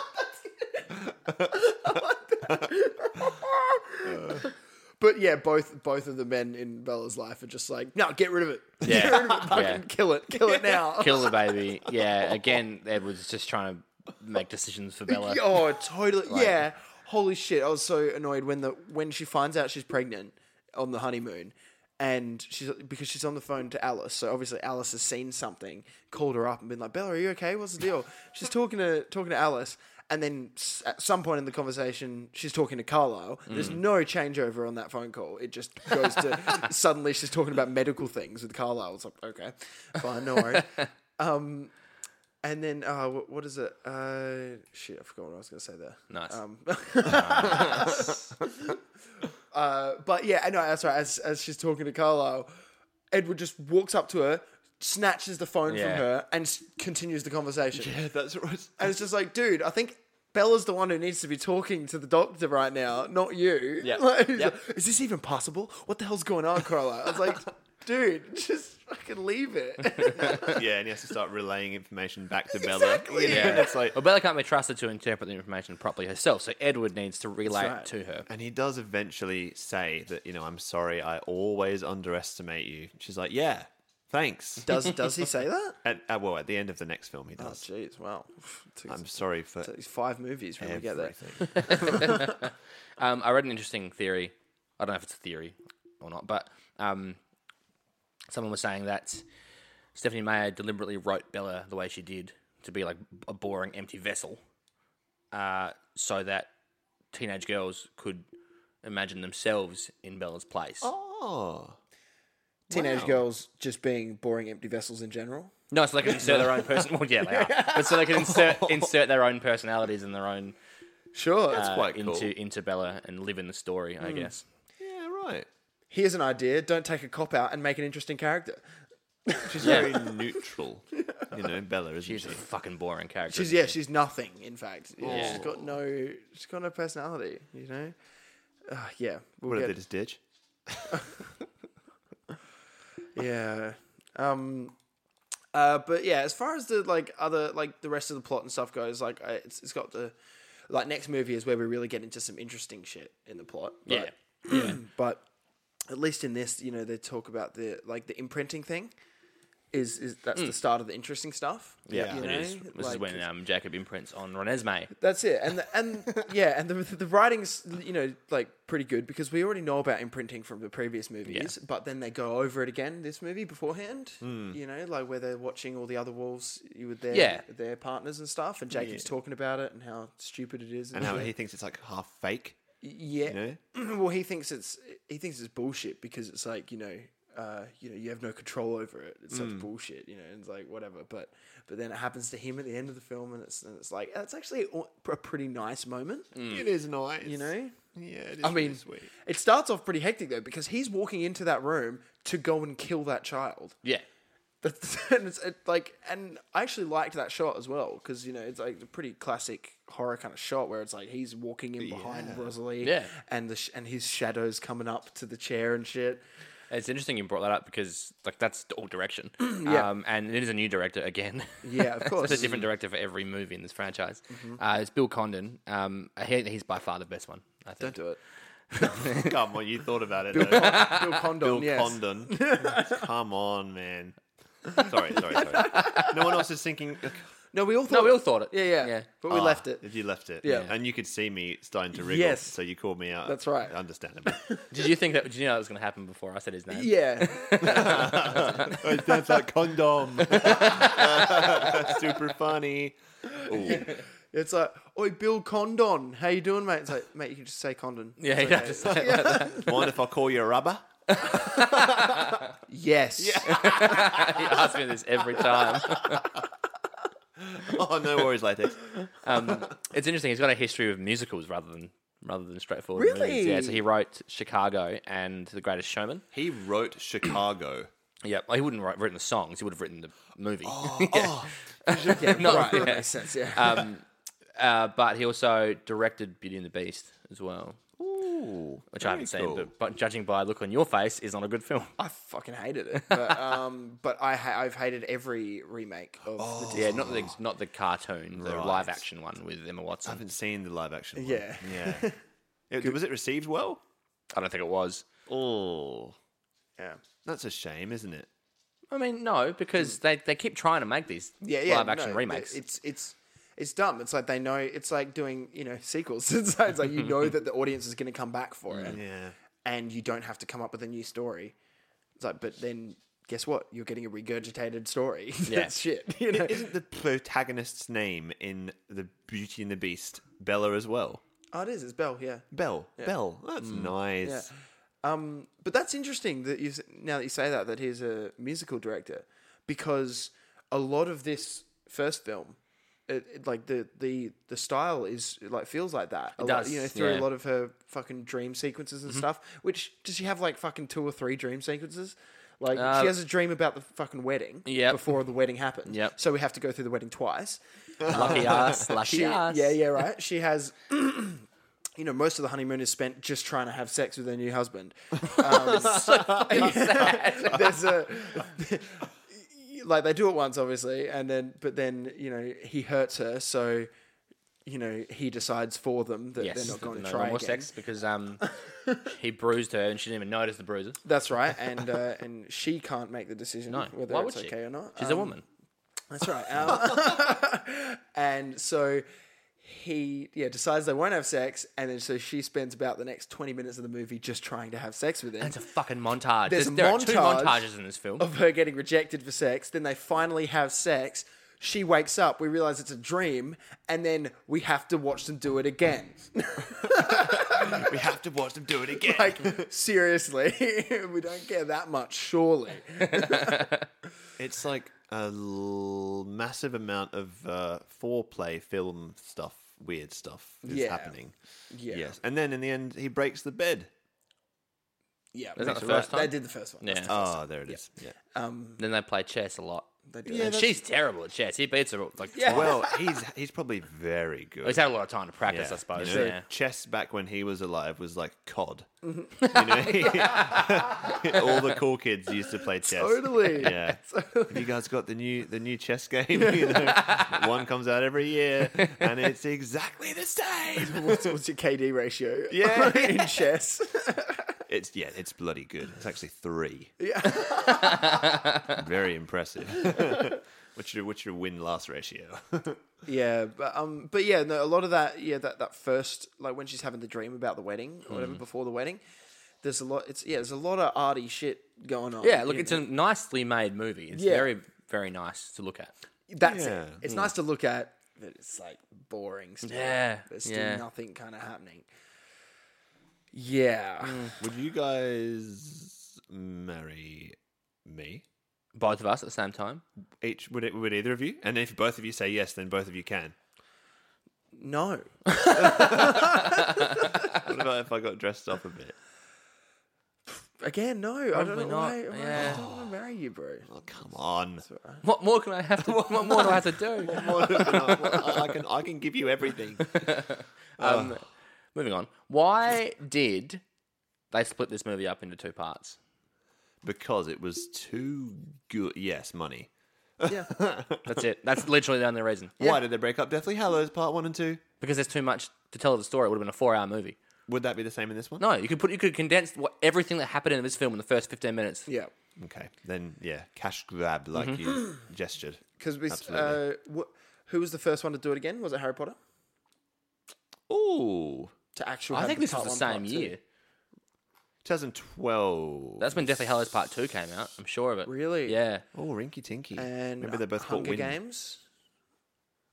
[SPEAKER 2] But yeah, both both of the men in Bella's life are just like, no, get rid of it.
[SPEAKER 3] *laughs* Yeah.
[SPEAKER 2] Get rid of it. *laughs* Fucking
[SPEAKER 3] Yeah.
[SPEAKER 2] kill it. Kill
[SPEAKER 3] *laughs*
[SPEAKER 2] it now.
[SPEAKER 3] kill
[SPEAKER 2] *laughs*
[SPEAKER 3] the baby. Yeah, again, Edward's just trying to make decisions for Bella.
[SPEAKER 2] Oh, totally. yeah. Holy shit! I was so annoyed when the when she finds out she's pregnant on the honeymoon, and she's because she's on the phone to Alice. So obviously Alice has seen something, called her up, and been like, "Bella, are you okay? What's the deal?" she's talking to talking to Alice. And then s- at some point in the conversation, she's talking to Carlisle. There's no changeover on that phone call. It just goes to suddenly she's talking about medical things with Carlisle. It's like, okay, fine, no worries. And then, uh, what, what is it? Uh, shit, I forgot what I was going to say there.
[SPEAKER 3] Nice.
[SPEAKER 2] Um, uh, but yeah, I know that's right. As, as she's talking to Carlisle, Edward just walks up to her, snatches the phone
[SPEAKER 3] Yeah.
[SPEAKER 2] from her, and s- continues the conversation.
[SPEAKER 1] Yeah, that's right.
[SPEAKER 2] And it's just like, dude, I think Bella's the one who needs to be talking to the doctor right now, not you. *laughs*
[SPEAKER 3] Yep.
[SPEAKER 2] Like, he's
[SPEAKER 3] Yep.
[SPEAKER 2] like, is this even possible? What the hell's going on, Carlisle? I was like, *laughs* dude, just fucking leave it.
[SPEAKER 1] Yeah, and he has to start relaying information back to Bella.
[SPEAKER 2] Exactly.
[SPEAKER 1] Yeah, and it's like,
[SPEAKER 3] Well, Bella can't be trusted to interpret the information properly herself, so Edward needs to relay
[SPEAKER 2] right.
[SPEAKER 3] it to her.
[SPEAKER 1] And he does eventually say that, you know, I'm sorry, I always underestimate you. She's like, yeah, thanks.
[SPEAKER 2] does does he say that?
[SPEAKER 1] At, at, well, at the end of the next film, he
[SPEAKER 2] Oh,
[SPEAKER 1] does.
[SPEAKER 2] jeez, *sighs* wow. Took
[SPEAKER 1] I'm sorry for
[SPEAKER 2] these five movies when we get there. *laughs*
[SPEAKER 1] everything.
[SPEAKER 3] Um, I read an interesting theory. I don't know if it's a theory or not, but um, someone was saying that Stephanie Meyer deliberately wrote Bella the way she did to be like a boring, empty vessel, uh, so that teenage girls could imagine themselves in Bella's place.
[SPEAKER 1] oh.
[SPEAKER 2] Teenage girls just being boring empty vessels in general.
[SPEAKER 3] No, so they can insert their own person. Well, yeah, they
[SPEAKER 2] *laughs*
[SPEAKER 3] are. But so they can insert insert their own personalities and their own
[SPEAKER 2] Sure.
[SPEAKER 3] uh,
[SPEAKER 1] quite
[SPEAKER 3] into
[SPEAKER 1] cool.
[SPEAKER 3] into Bella and live in the story.
[SPEAKER 2] Hmm.
[SPEAKER 3] I guess.
[SPEAKER 1] Yeah, right.
[SPEAKER 2] Here's an idea. Don't take a cop out and make an interesting character.
[SPEAKER 1] She's
[SPEAKER 3] Yeah.
[SPEAKER 1] very neutral. You know, Bella, isn't
[SPEAKER 3] She's
[SPEAKER 1] she?
[SPEAKER 3] a fucking boring character.
[SPEAKER 2] She's
[SPEAKER 3] isn't
[SPEAKER 2] yeah,
[SPEAKER 3] she?
[SPEAKER 2] she's nothing, in fact.
[SPEAKER 3] Yeah.
[SPEAKER 2] She's got no she's got no personality, you know? Uh, yeah. We'll
[SPEAKER 1] What did
[SPEAKER 2] get-
[SPEAKER 1] they just ditch?
[SPEAKER 2] yeah. Um. Uh. But yeah, as far as the like other like the rest of the plot and stuff goes, like I, it's it's got the like next movie is where we really get into some interesting shit in the plot. but- *clears throat*
[SPEAKER 3] Yeah.
[SPEAKER 2] But at least in this, you know, they talk about the like the imprinting thing. Is is that's the start of the interesting stuff?
[SPEAKER 3] Yeah,
[SPEAKER 2] you
[SPEAKER 3] Mm. it
[SPEAKER 2] know?
[SPEAKER 3] is. This is
[SPEAKER 2] eh? Like,
[SPEAKER 3] when um, Jacob imprints on Renesmee.
[SPEAKER 2] That's it, and the, and
[SPEAKER 1] *laughs*
[SPEAKER 2] yeah, and the the writing's you know like pretty good because we already know about imprinting from the previous movies, but then they go over it again this movie beforehand.
[SPEAKER 1] Hmm.
[SPEAKER 2] You know, like where they're watching all the other wolves with their
[SPEAKER 3] Yeah.
[SPEAKER 2] their partners and stuff, and Jacob's talking about it and how stupid it is,
[SPEAKER 1] And
[SPEAKER 2] *laughs*
[SPEAKER 1] how
[SPEAKER 2] shit.
[SPEAKER 1] he thinks it's like half fake.
[SPEAKER 2] yeah, *clears throat* well he thinks it's he thinks it's bullshit because it's like you know. Uh, you know, you have no control over it. It's
[SPEAKER 1] Hmm.
[SPEAKER 2] such bullshit. You know, and it's like whatever. But but then it happens to him at the end of the film, and it's and it's like that's actually a, a pretty nice moment.
[SPEAKER 1] It is nice.
[SPEAKER 2] Mm. You know,
[SPEAKER 1] Yeah, it is
[SPEAKER 2] I mean, it starts off pretty hectic though because he's walking into that room to go and kill that child. *laughs*
[SPEAKER 3] Yeah.
[SPEAKER 2] That's and it's it, like, and I actually liked that shot as well because you know it's like a pretty classic horror kind of shot where it's like he's walking in behind Rosalie,
[SPEAKER 3] Yeah.
[SPEAKER 2] and the sh- and his shadows coming up to the chair and shit.
[SPEAKER 3] It's interesting you brought that up because like that's all direction.
[SPEAKER 2] *clears throat* Yeah.
[SPEAKER 3] Um, and it is a new director again.
[SPEAKER 2] Yeah, *laughs* of course.
[SPEAKER 3] *laughs*
[SPEAKER 2] Mm-hmm.
[SPEAKER 3] it's a different director for every movie in this franchise. Uh, it's Bill Condon. Um, he, he's by far the best one. I think.
[SPEAKER 2] do it,
[SPEAKER 1] Come on, you thought about it. though.
[SPEAKER 3] *laughs*
[SPEAKER 2] Bill Condon.
[SPEAKER 1] Bill
[SPEAKER 2] yes.
[SPEAKER 1] Condon. Come on, man. Sorry, sorry, sorry.
[SPEAKER 2] *laughs*
[SPEAKER 1] No one else is thinking.
[SPEAKER 2] No, we all thought.
[SPEAKER 3] No, we all thought it.
[SPEAKER 2] Yeah, yeah,
[SPEAKER 3] yeah.
[SPEAKER 2] But we
[SPEAKER 1] "Ah,
[SPEAKER 2] left it.
[SPEAKER 1] You left it.
[SPEAKER 2] Yeah.
[SPEAKER 1] And you could see me starting to wriggle.
[SPEAKER 2] Yes.
[SPEAKER 1] So you called me out.
[SPEAKER 2] That's right.
[SPEAKER 1] Understandable.
[SPEAKER 2] *laughs*
[SPEAKER 3] Did you think that? Did you know that was going to happen before I said his
[SPEAKER 2] *laughs*
[SPEAKER 3] name?
[SPEAKER 2] Yeah,
[SPEAKER 3] *laughs*
[SPEAKER 1] it sounds like condom. *laughs* Super funny. Ooh.
[SPEAKER 2] it's like, oi, Bill Condon, how you doing, mate? It's like, mate, you can just say Condon.
[SPEAKER 3] Yeah. *laughs*
[SPEAKER 2] It's
[SPEAKER 3] you know,
[SPEAKER 2] okay.
[SPEAKER 3] just like that.
[SPEAKER 1] Mind if I call you a rubber? *laughs*
[SPEAKER 2] yes.
[SPEAKER 3] he *laughs* asks me this every time.
[SPEAKER 1] Oh, no worries, latex.
[SPEAKER 3] Um, it's interesting. He's got a history of musicals rather than rather than straightforward. Movies. Yeah.
[SPEAKER 2] Really?
[SPEAKER 3] So he wrote Chicago and The Greatest Showman.
[SPEAKER 1] He wrote Chicago.
[SPEAKER 3] Yeah. Well, he wouldn't write written the songs. He would have written the movie.
[SPEAKER 2] *laughs* Oh.
[SPEAKER 3] *laughs*
[SPEAKER 2] *laughs* Yeah,
[SPEAKER 3] No,
[SPEAKER 2] right.
[SPEAKER 3] yeah.
[SPEAKER 2] That makes sense. Yeah.
[SPEAKER 3] um, uh, but he also directed Beauty and the Beast as well,
[SPEAKER 1] Ooh,
[SPEAKER 3] which I haven't seen. But, but judging by the look on your face, is not a good film.
[SPEAKER 2] I fucking hated it, *laughs* but um, but I ha- I've hated every remake of the
[SPEAKER 3] *laughs* Yeah,
[SPEAKER 2] Disney.
[SPEAKER 3] not the not the cartoon, the
[SPEAKER 1] Right.
[SPEAKER 3] live action one with Emma Watson.
[SPEAKER 1] I haven't seen the live action. One.
[SPEAKER 2] Yeah. *laughs*
[SPEAKER 1] yeah. It- was it received well?
[SPEAKER 3] I don't think it was.
[SPEAKER 1] Oh,
[SPEAKER 2] Yeah,
[SPEAKER 1] that's a shame, isn't it?
[SPEAKER 3] I mean, no, because they, they keep trying to make these
[SPEAKER 2] Hmm. yeah, yeah.
[SPEAKER 3] live action
[SPEAKER 2] no,
[SPEAKER 3] remakes.
[SPEAKER 2] It's it's it's dumb. It's like they know. It's like doing you know sequels. *laughs* It's like, it's like you *laughs* know that the audience is going to come back for it,
[SPEAKER 1] Yeah.
[SPEAKER 2] and you don't have to come up with a new story. It's like, but then guess what? You're getting a regurgitated story. *laughs*
[SPEAKER 3] Yeah.
[SPEAKER 2] That's shit. You know.
[SPEAKER 1] Isn't the protagonist's name in the Beauty and the Beast Bella as well?
[SPEAKER 2] oh, it is. It's Belle. Yeah. Mm.
[SPEAKER 1] Belle, Belle. That's nice.
[SPEAKER 2] Yeah. Um, but that's interesting that you s- now that you say that that he's a musical director because a lot of this first film, it, it- like the the the style is it, like feels like that. A lot,
[SPEAKER 3] does,
[SPEAKER 2] you know, through
[SPEAKER 3] yeah. Mm-hmm.
[SPEAKER 2] a lot of her fucking dream sequences and stuff. Which does she have like fucking two or three dream sequences? Like
[SPEAKER 3] Uh,
[SPEAKER 2] she has a dream about the fucking wedding
[SPEAKER 3] Yep.
[SPEAKER 2] before the wedding happens.
[SPEAKER 3] Yep.
[SPEAKER 2] So we have to go through the wedding twice. *laughs*
[SPEAKER 3] lucky us, lucky
[SPEAKER 2] She-
[SPEAKER 3] us.
[SPEAKER 2] Yeah, yeah, right. She has, *clears throat* you know, most of the honeymoon is spent just trying to have sex with her new husband.
[SPEAKER 3] *laughs*
[SPEAKER 2] Um, *laughs* there's a. Like they do it once, obviously, and then but then you know he hurts her, so you know he decides for them that
[SPEAKER 3] Yes,
[SPEAKER 2] they're not going
[SPEAKER 3] no
[SPEAKER 2] to try
[SPEAKER 3] more
[SPEAKER 2] again.
[SPEAKER 3] sex because
[SPEAKER 2] *laughs*
[SPEAKER 3] um, he bruised her and she didn't even notice the bruises.
[SPEAKER 2] That's right, and uh, and she can't make the decision
[SPEAKER 3] No,
[SPEAKER 2] whether
[SPEAKER 3] why
[SPEAKER 2] it's
[SPEAKER 3] would she?
[SPEAKER 2] okay or not.
[SPEAKER 3] She's a
[SPEAKER 2] Um,
[SPEAKER 3] woman.
[SPEAKER 2] That's right. Um, *laughs* and so he yeah decides they won't have sex, and then so she spends about the next twenty minutes of the movie just trying to have sex with him.
[SPEAKER 3] It's a fucking montage.
[SPEAKER 2] there's
[SPEAKER 3] There's-
[SPEAKER 2] a
[SPEAKER 3] there are two
[SPEAKER 2] montage
[SPEAKER 3] montages in this film.
[SPEAKER 2] of her getting rejected for sex. Then they finally have sex. She wakes up. We realize it's a dream, and then we have to watch them do it again. *laughs*
[SPEAKER 1] *laughs* We have to watch them do it again.
[SPEAKER 2] *laughs* like seriously, *laughs* we don't care that much, surely.
[SPEAKER 1] It's like a l- massive amount of uh, foreplay film stuff, weird stuff is
[SPEAKER 2] Yeah.
[SPEAKER 1] happening.
[SPEAKER 2] Yeah.
[SPEAKER 1] Yes. And then in the end, he breaks the bed.
[SPEAKER 2] Yeah,
[SPEAKER 3] that
[SPEAKER 2] that's
[SPEAKER 3] the
[SPEAKER 2] right.
[SPEAKER 3] first time?
[SPEAKER 2] They did the first one.
[SPEAKER 3] yeah.
[SPEAKER 1] Oh, there Ah, it is. Yeah.
[SPEAKER 3] Then they play chess a lot.
[SPEAKER 2] They do.
[SPEAKER 3] And she's terrible at chess. He beats her like
[SPEAKER 2] Yeah.
[SPEAKER 3] twice.
[SPEAKER 1] Well, he's he's probably very good.
[SPEAKER 3] He's had a lot of time to practice,
[SPEAKER 1] Yeah,
[SPEAKER 3] I suppose.
[SPEAKER 1] you know,
[SPEAKER 3] Yeah.
[SPEAKER 1] Chess back when he was alive was like COD.
[SPEAKER 2] Mm-hmm.
[SPEAKER 1] You know? *laughs*
[SPEAKER 2] *laughs*
[SPEAKER 1] All the cool kids used to play chess.
[SPEAKER 2] Totally.
[SPEAKER 3] *laughs*
[SPEAKER 1] Yeah. Have you guys got the new the new chess game? *laughs* You know, one comes out every year, and it's exactly the same.
[SPEAKER 2] What's, what's your KD ratio?
[SPEAKER 1] Yeah.
[SPEAKER 2] *laughs* in chess.
[SPEAKER 1] It's yeah, it's bloody good. It's actually three. Yeah. *laughs* Very impressive. *laughs* what's your what's your win loss ratio? *laughs*
[SPEAKER 2] yeah, but um, but yeah, no, a lot of that, yeah, that that first, like when she's having the dream about the wedding or
[SPEAKER 3] Hmm.
[SPEAKER 2] whatever before the wedding. There's a lot. It's yeah. There's a lot of arty shit going on.
[SPEAKER 3] yeah, look,
[SPEAKER 2] you
[SPEAKER 3] it's
[SPEAKER 2] know?
[SPEAKER 3] a nicely made movie. It's
[SPEAKER 2] Yeah.
[SPEAKER 3] very, very nice to look at.
[SPEAKER 2] that's
[SPEAKER 1] Yeah.
[SPEAKER 2] it.
[SPEAKER 3] Hmm.
[SPEAKER 2] It's nice to look at, but it's like boring. Still.
[SPEAKER 3] Yeah,
[SPEAKER 2] there's still
[SPEAKER 3] yeah.
[SPEAKER 2] nothing kind of happening. Yeah,
[SPEAKER 3] Hmm.
[SPEAKER 1] Would you guys marry me?
[SPEAKER 3] Both of us at the same time.
[SPEAKER 1] Each would it would either of you? And if both of you say yes, then both of you can.
[SPEAKER 2] no,
[SPEAKER 1] What about if I got dressed up a bit?
[SPEAKER 2] again, no. I don't know
[SPEAKER 3] Probably not,
[SPEAKER 2] why. why
[SPEAKER 3] yeah.
[SPEAKER 2] I don't want to marry you, bro.
[SPEAKER 1] Oh come on!
[SPEAKER 3] What more can I
[SPEAKER 2] *laughs*
[SPEAKER 3] have to? what more do I have to do?
[SPEAKER 1] *laughs* I can I can give you everything.
[SPEAKER 3] Um, Moving on. Why did they split this movie up into two parts?
[SPEAKER 1] because it was too good. Yes, money.
[SPEAKER 3] *laughs* That's it. That's literally the only reason.
[SPEAKER 1] Why did they break up Deathly Hallows Part One and Two?
[SPEAKER 3] Because there's too much to tell of the story. It would have been a four-hour movie.
[SPEAKER 1] Would that be the same in this one?
[SPEAKER 3] No, you could put you could condense what, everything that happened in this film in the first 15 minutes.
[SPEAKER 2] Yeah,
[SPEAKER 1] Okay, then yeah, cash grab like
[SPEAKER 3] Mm-hmm. *clears throat*
[SPEAKER 1] you gestured.
[SPEAKER 2] because we. s- Uh,
[SPEAKER 1] Absolutely.
[SPEAKER 2] wh- who was the first one to do it again? Was it Harry Potter?
[SPEAKER 1] Ooh,
[SPEAKER 2] To actual.
[SPEAKER 3] I
[SPEAKER 2] have
[SPEAKER 3] think
[SPEAKER 2] the
[SPEAKER 3] this was
[SPEAKER 2] part
[SPEAKER 3] the
[SPEAKER 2] one,
[SPEAKER 3] same
[SPEAKER 2] part two.
[SPEAKER 3] year.
[SPEAKER 1] 2012.
[SPEAKER 3] That's when Deathly Hallows Part Two came out. I'm sure of it.
[SPEAKER 2] Really?
[SPEAKER 3] Yeah.
[SPEAKER 1] oh, Rinky Tinky.
[SPEAKER 2] And
[SPEAKER 1] Remember they both caught
[SPEAKER 2] Hunger
[SPEAKER 1] wind.
[SPEAKER 2] Games.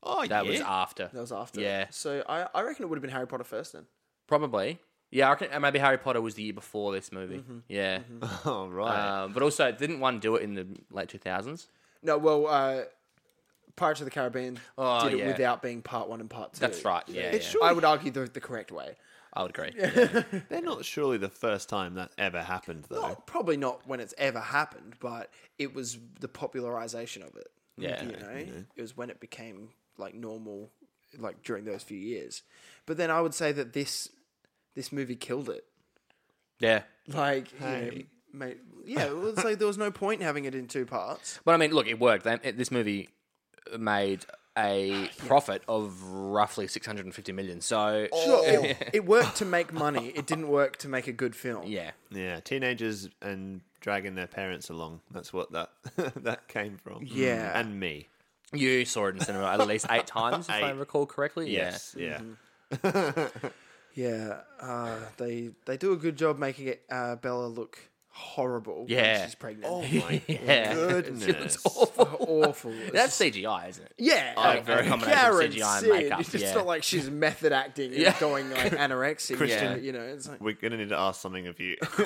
[SPEAKER 1] Oh,
[SPEAKER 3] That
[SPEAKER 1] yeah.
[SPEAKER 3] was after.
[SPEAKER 2] That was after.
[SPEAKER 3] Yeah.
[SPEAKER 2] So I, I reckon it would have been Harry Potter first then.
[SPEAKER 3] Probably. Yeah, I reckon, and maybe Harry Potter was the year before this movie.
[SPEAKER 2] Mm-hmm.
[SPEAKER 3] Yeah.
[SPEAKER 1] *laughs* oh right.
[SPEAKER 3] Um, but also, didn't one do it in the late 2000s?
[SPEAKER 2] No, well, uh, Pirates of the Caribbean
[SPEAKER 3] Oh,
[SPEAKER 2] did it
[SPEAKER 3] yeah.
[SPEAKER 2] without being part one and part two.
[SPEAKER 3] That's right. Yeah.
[SPEAKER 1] It
[SPEAKER 3] yeah.
[SPEAKER 1] should-
[SPEAKER 2] I would argue the, the correct way.
[SPEAKER 3] I would agree.
[SPEAKER 1] They're not surely the first time that ever happened though.
[SPEAKER 2] Not, probably not when it's ever happened, but it was the popularization of it.
[SPEAKER 3] Yeah.
[SPEAKER 2] You know, it was when it became like normal, like during those few years. But then I would say that this this movie killed it.
[SPEAKER 3] Yeah.
[SPEAKER 2] Like, you know, mate, yeah, it was like there was no point in having it in two parts.
[SPEAKER 3] But I mean, look, it worked. They, it, this movie made
[SPEAKER 2] *sighs*
[SPEAKER 3] a profit of roughly 650 million. So, *laughs*
[SPEAKER 2] Sure, it worked to make money. It didn't work to make a good film.
[SPEAKER 3] yeah.
[SPEAKER 1] Yeah, teenagers and dragging their parents along. That's what that *laughs* that came from.
[SPEAKER 2] Yeah.
[SPEAKER 1] and me.
[SPEAKER 3] You saw it in cinema at least eight times, if I
[SPEAKER 1] Eight.
[SPEAKER 3] recall correctly.
[SPEAKER 1] Yes, yeah.
[SPEAKER 3] Mm-hmm.
[SPEAKER 2] Yeah, uh, they they do a good job making it uh, Bella look horrible. when
[SPEAKER 3] Yeah.
[SPEAKER 2] she's pregnant.
[SPEAKER 1] Oh my
[SPEAKER 3] Yeah. *laughs* Yeah.
[SPEAKER 1] goodness!
[SPEAKER 3] It's awful.
[SPEAKER 2] *laughs* awful. It's
[SPEAKER 3] That's
[SPEAKER 2] just-
[SPEAKER 3] CGI, isn't it?
[SPEAKER 2] yeah.
[SPEAKER 1] I very-
[SPEAKER 3] combination of
[SPEAKER 2] Karen
[SPEAKER 3] CGI and
[SPEAKER 2] Sid.
[SPEAKER 3] makeup,
[SPEAKER 2] It's just
[SPEAKER 3] yeah.
[SPEAKER 2] not like she's method acting and
[SPEAKER 3] Yeah.
[SPEAKER 2] going
[SPEAKER 3] *laughs*
[SPEAKER 2] like anorexic.
[SPEAKER 1] Christian-
[SPEAKER 2] Christian, you know, it's like
[SPEAKER 1] We're gonna need to ask something of
[SPEAKER 2] *laughs*
[SPEAKER 1] you.
[SPEAKER 2] can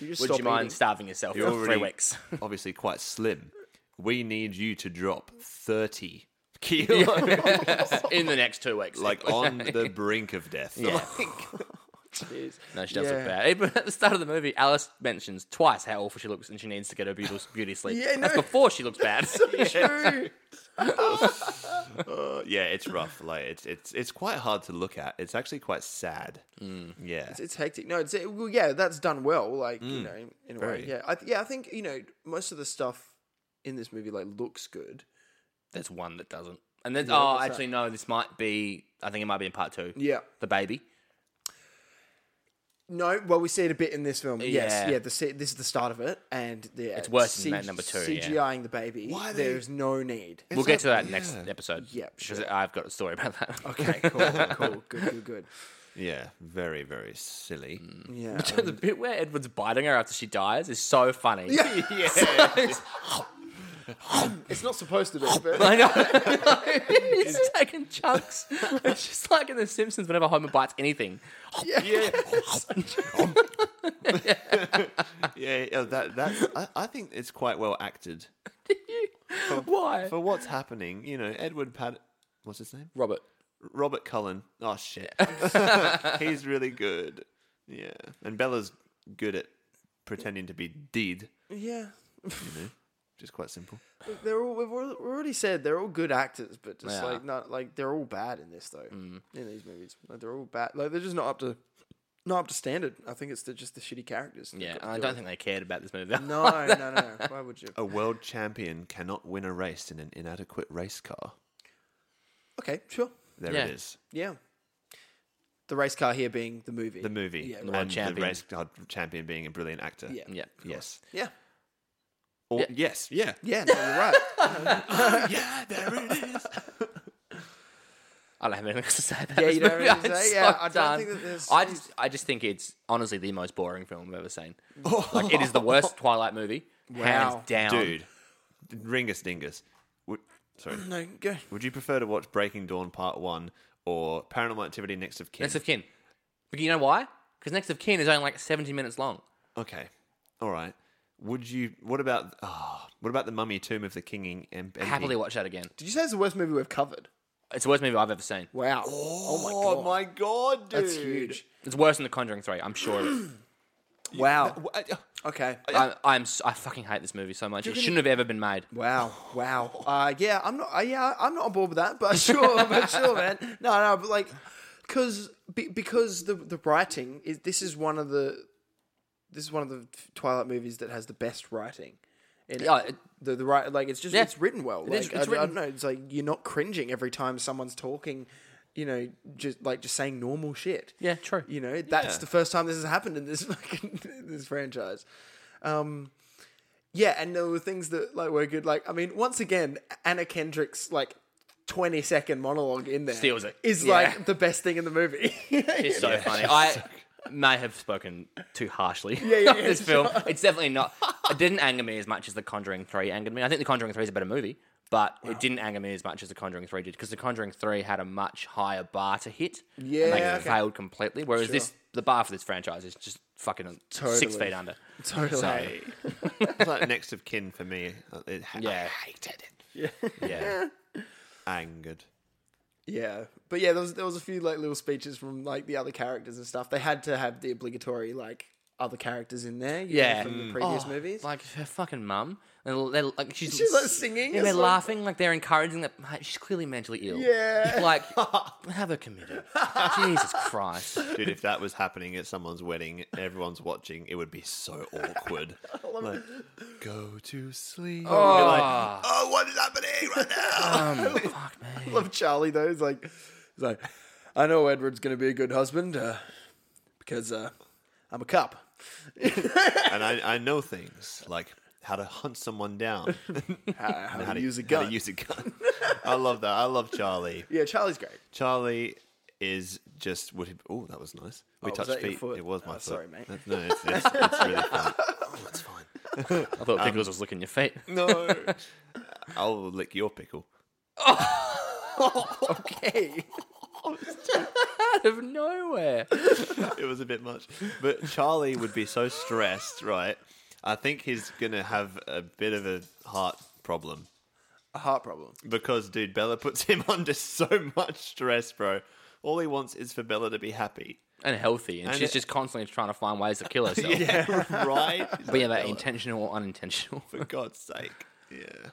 [SPEAKER 2] you just
[SPEAKER 3] Would
[SPEAKER 2] stop
[SPEAKER 3] you mind
[SPEAKER 2] eating? *laughs*
[SPEAKER 3] starving yourself
[SPEAKER 1] You're
[SPEAKER 3] for three
[SPEAKER 1] already-
[SPEAKER 3] weeks? *laughs*
[SPEAKER 1] Obviously, quite slim. We need you to drop
[SPEAKER 2] *laughs*
[SPEAKER 1] thirty kilos,
[SPEAKER 3] in the next two weeks.
[SPEAKER 1] like on
[SPEAKER 2] *laughs*
[SPEAKER 1] the brink of death.
[SPEAKER 3] Yeah.
[SPEAKER 2] Jeez.
[SPEAKER 3] No, she does look
[SPEAKER 2] Yeah.
[SPEAKER 3] bad. Even at the start of the movie, Alice mentions twice how awful she looks and she needs to get her beauty, beauty sleep.
[SPEAKER 2] Yeah,
[SPEAKER 3] That's
[SPEAKER 2] no.
[SPEAKER 3] before she looks bad. *laughs*
[SPEAKER 2] *laughs* True.
[SPEAKER 1] Uh, *laughs* yeah, it's rough. Like it's it's it's quite hard to look at. It's actually quite sad. Yeah,
[SPEAKER 2] Mm. It's, it's hectic. No, it's it, well, yeah, that's done well. Like
[SPEAKER 3] Mm.
[SPEAKER 2] you know, in a
[SPEAKER 1] very.
[SPEAKER 2] way, yeah, I, th- yeah. I think you know most of the stuff in this movie like looks good.
[SPEAKER 3] There's one that doesn't. And then,
[SPEAKER 2] Yeah,
[SPEAKER 3] oh,
[SPEAKER 2] what's
[SPEAKER 3] actually, no, this might be, I think it might be in part two.
[SPEAKER 2] Yeah.
[SPEAKER 3] The baby.
[SPEAKER 2] No, well, we see it a bit in this film. Yes,
[SPEAKER 3] Yeah.
[SPEAKER 2] yeah. The, se- this is the start of it, and uh, yeah, it's
[SPEAKER 3] worse than that number two, yeah.
[SPEAKER 2] CGIing the baby.
[SPEAKER 1] Why
[SPEAKER 2] Why
[SPEAKER 1] they-
[SPEAKER 2] there's no *laughs* need.
[SPEAKER 3] we'll get to
[SPEAKER 1] that-
[SPEAKER 3] that next
[SPEAKER 1] yeah.
[SPEAKER 3] episode.
[SPEAKER 2] Yeah,
[SPEAKER 3] because
[SPEAKER 2] sure.
[SPEAKER 3] I've got a story about that.
[SPEAKER 2] Okay, cool, cool, good, good, good.
[SPEAKER 1] yeah, very very silly.
[SPEAKER 2] Yeah,
[SPEAKER 3] the bit where Edward's biting her after she dies is so funny. *laughs* Yeah.
[SPEAKER 2] *laughs* it's not supposed to be, but
[SPEAKER 3] I know. *laughs* He's taking chunks. It's just like in The Simpsons whenever Homer bites anything.
[SPEAKER 1] Yeah, yeah, that that's. I, I think it's quite well acted.
[SPEAKER 2] Oh,
[SPEAKER 3] *laughs* Why?
[SPEAKER 1] for what's happening, you know, Edward Pad, what's his name?
[SPEAKER 3] Robert.
[SPEAKER 1] Robert Cullen. Oh shit, he's really good. Yeah, and Bella's good at pretending to be Deed.
[SPEAKER 2] yeah,
[SPEAKER 1] Just quite simple.
[SPEAKER 2] Look, They're all, we've al- already said they're all good actors, but just
[SPEAKER 3] They
[SPEAKER 2] like
[SPEAKER 3] are.
[SPEAKER 2] not like they're all bad in this though.
[SPEAKER 3] Mm.
[SPEAKER 2] In these movies, like they're all bad. Like they're just not up to not up to standard. I think it's the, just the shitty characters. they've
[SPEAKER 3] Yeah,
[SPEAKER 2] got to
[SPEAKER 3] and I
[SPEAKER 2] deal
[SPEAKER 3] don't
[SPEAKER 2] with.
[SPEAKER 3] think they cared about this movie. *laughs*
[SPEAKER 2] No, no, no. no. Why would you?
[SPEAKER 1] A world champion cannot win a race in an inadequate race car.
[SPEAKER 2] Okay, sure.
[SPEAKER 1] There
[SPEAKER 3] Yeah.
[SPEAKER 1] it is.
[SPEAKER 2] Yeah. The race car here being the movie.
[SPEAKER 1] The movie.
[SPEAKER 2] Yeah,
[SPEAKER 1] and
[SPEAKER 2] right.
[SPEAKER 1] the
[SPEAKER 3] champion.
[SPEAKER 1] race car champion being a brilliant actor.
[SPEAKER 2] Yeah.
[SPEAKER 3] Yeah.
[SPEAKER 1] Yes.
[SPEAKER 2] Yeah.
[SPEAKER 1] Or,
[SPEAKER 3] Yeah.
[SPEAKER 1] Yes. Yeah.
[SPEAKER 2] Yeah, no, you're right. *laughs*
[SPEAKER 1] yeah. There it is.
[SPEAKER 3] I don't have anything else to say about
[SPEAKER 2] Yeah,
[SPEAKER 3] this
[SPEAKER 2] you don't
[SPEAKER 3] movie.
[SPEAKER 2] really
[SPEAKER 3] I'm
[SPEAKER 2] say-
[SPEAKER 3] so
[SPEAKER 2] yeah, I don't
[SPEAKER 3] done.
[SPEAKER 2] think that there's-
[SPEAKER 3] I just, I just think it's honestly the most boring film I've
[SPEAKER 2] *laughs*
[SPEAKER 3] ever seen. like, it is the worst Twilight movie,
[SPEAKER 2] Wow.
[SPEAKER 3] hands down.
[SPEAKER 1] Dude, Ringus Dingus. Would, sorry.
[SPEAKER 2] no, go.
[SPEAKER 1] Would you prefer to watch Breaking Dawn Part One or Paranormal Activity Next of Kin?
[SPEAKER 3] Next of Kin. But you know why? Because Next of Kin is only like 70 minutes long.
[SPEAKER 1] okay. All right. Would you? What about? ah, what about the Mummy Tomb of the King? And
[SPEAKER 3] Happily watch that again.
[SPEAKER 2] Did you say it's the worst movie we've covered?
[SPEAKER 3] It's the worst movie I've ever seen.
[SPEAKER 2] Wow.
[SPEAKER 1] Oh, my god, dude!
[SPEAKER 2] That's huge.
[SPEAKER 3] It's worse than The Conjuring 3, I'm sure. of
[SPEAKER 2] *clears throat*
[SPEAKER 1] *laughs*
[SPEAKER 3] it.
[SPEAKER 2] Wow.
[SPEAKER 1] Wha- uh,
[SPEAKER 2] Okay.
[SPEAKER 3] I, I'm, s- I fucking hate this movie so much. it shouldn't have ever been made.
[SPEAKER 2] Wow. Wow. Uh, yeah, I'm not. Uh, yeah, I'm not on board with that. But *laughs* sure, but sure, man. No, no, but like, because be, because the the writing is this is one of the this is one of the Twilight movies that has the best writing. And uh,
[SPEAKER 3] Yeah, it-
[SPEAKER 2] the the right like it's just
[SPEAKER 3] Yeah.
[SPEAKER 2] it's written well.
[SPEAKER 3] It
[SPEAKER 2] like,
[SPEAKER 3] is-
[SPEAKER 2] I,
[SPEAKER 3] it's
[SPEAKER 2] I don't
[SPEAKER 3] written-
[SPEAKER 2] know. It's like you're not cringing every time someone's talking. You know, just like just saying normal shit.
[SPEAKER 3] Yeah, true.
[SPEAKER 2] You know, that's
[SPEAKER 1] Yeah.
[SPEAKER 2] the first time this has happened in this *laughs* fucking this franchise. Um, yeah, and there were things that like were good. Like, I mean, once again, Anna Kendrick's like twenty second monologue in there
[SPEAKER 3] Steals it.
[SPEAKER 2] is
[SPEAKER 3] Yeah.
[SPEAKER 2] like the best thing in the movie. *laughs*
[SPEAKER 3] It's so funny. I may have spoken too harshly
[SPEAKER 2] *laughs*
[SPEAKER 3] *laughs*
[SPEAKER 2] yeah,
[SPEAKER 3] of this film. It's definitely not. It didn't anger me as much as The Conjuring 3 angered me. I think The Conjuring 3 is a better movie, but it didn't anger me as much as The Conjuring 3 did because The Conjuring 3 had a much higher bar to hit. And they
[SPEAKER 2] Yeah, okay.
[SPEAKER 3] failed completely. Whereas this, the bar for this franchise is just fucking six
[SPEAKER 2] Totally.
[SPEAKER 3] feet under.
[SPEAKER 2] totally.
[SPEAKER 3] So,
[SPEAKER 1] it's like Next of Kin for me. It,
[SPEAKER 3] Yeah.
[SPEAKER 1] I hated it.
[SPEAKER 3] yeah.
[SPEAKER 1] Angered.
[SPEAKER 2] Yeah, but yeah, there was there was a few like little speeches from like the other characters and stuff. They had to have the obligatory like other characters in there. you know,
[SPEAKER 3] Yeah.
[SPEAKER 2] from
[SPEAKER 1] Mm.
[SPEAKER 2] the previous
[SPEAKER 3] Oh,
[SPEAKER 2] movies.
[SPEAKER 3] Like her fucking mum. And they're, like, she's,
[SPEAKER 2] She's, like, singing
[SPEAKER 3] Yeah,
[SPEAKER 2] as
[SPEAKER 3] they're
[SPEAKER 2] well.
[SPEAKER 3] laughing. Like they're encouraging that mate, she's clearly mentally ill.
[SPEAKER 2] Yeah. *laughs*
[SPEAKER 3] Like, have her committed. Jesus Christ.
[SPEAKER 1] Dude, if that was happening at someone's wedding, everyone's watching, it would be so
[SPEAKER 3] *laughs*
[SPEAKER 1] awkward. like, go to sleep. Oh. You're like, oh, what is happening
[SPEAKER 2] *laughs*
[SPEAKER 1] right now?
[SPEAKER 3] Fuck me.
[SPEAKER 2] love Charlie though. He's like, he's like, I know Edward's gonna be a good husband uh, because uh, I'm a cop. *laughs*
[SPEAKER 1] and I, I know things like how to hunt someone down,
[SPEAKER 2] uh, How, how,
[SPEAKER 1] and
[SPEAKER 2] to use a
[SPEAKER 1] How
[SPEAKER 2] gun.
[SPEAKER 1] to use a gun. *laughs* I love that. I love Charlie.
[SPEAKER 2] yeah, Charlie's great.
[SPEAKER 1] Charlie is just would. Oh, that was nice. We
[SPEAKER 2] Oh, was
[SPEAKER 1] touched
[SPEAKER 2] that your
[SPEAKER 1] feet.
[SPEAKER 2] foot?
[SPEAKER 1] It was my
[SPEAKER 2] Oh,
[SPEAKER 1] foot.
[SPEAKER 2] sorry, mate.
[SPEAKER 1] That's- no, it's, it's, it's really
[SPEAKER 2] *laughs*
[SPEAKER 1] fine. Oh, it's fine.
[SPEAKER 3] I
[SPEAKER 2] um,
[SPEAKER 3] thought Pickles was licking your feet.
[SPEAKER 1] No, *laughs* I'll lick your pickle.
[SPEAKER 2] Okay,
[SPEAKER 3] *laughs* Out of nowhere.
[SPEAKER 1] it was a bit much. But Charlie would be so stressed, right? I think he's gonna have a bit of a heart problem
[SPEAKER 2] a heart problem.
[SPEAKER 1] because, dude, Bella puts him *laughs* under so much stress, bro. All he wants is for Bella to be happy,
[SPEAKER 3] And healthy. And,
[SPEAKER 1] And
[SPEAKER 3] she's
[SPEAKER 1] it-
[SPEAKER 3] just constantly trying to find ways to
[SPEAKER 2] *laughs*
[SPEAKER 3] kill herself.
[SPEAKER 1] *laughs* right?
[SPEAKER 3] But yeah, that intentional or unintentional. *laughs*
[SPEAKER 1] For God's sake, yeah.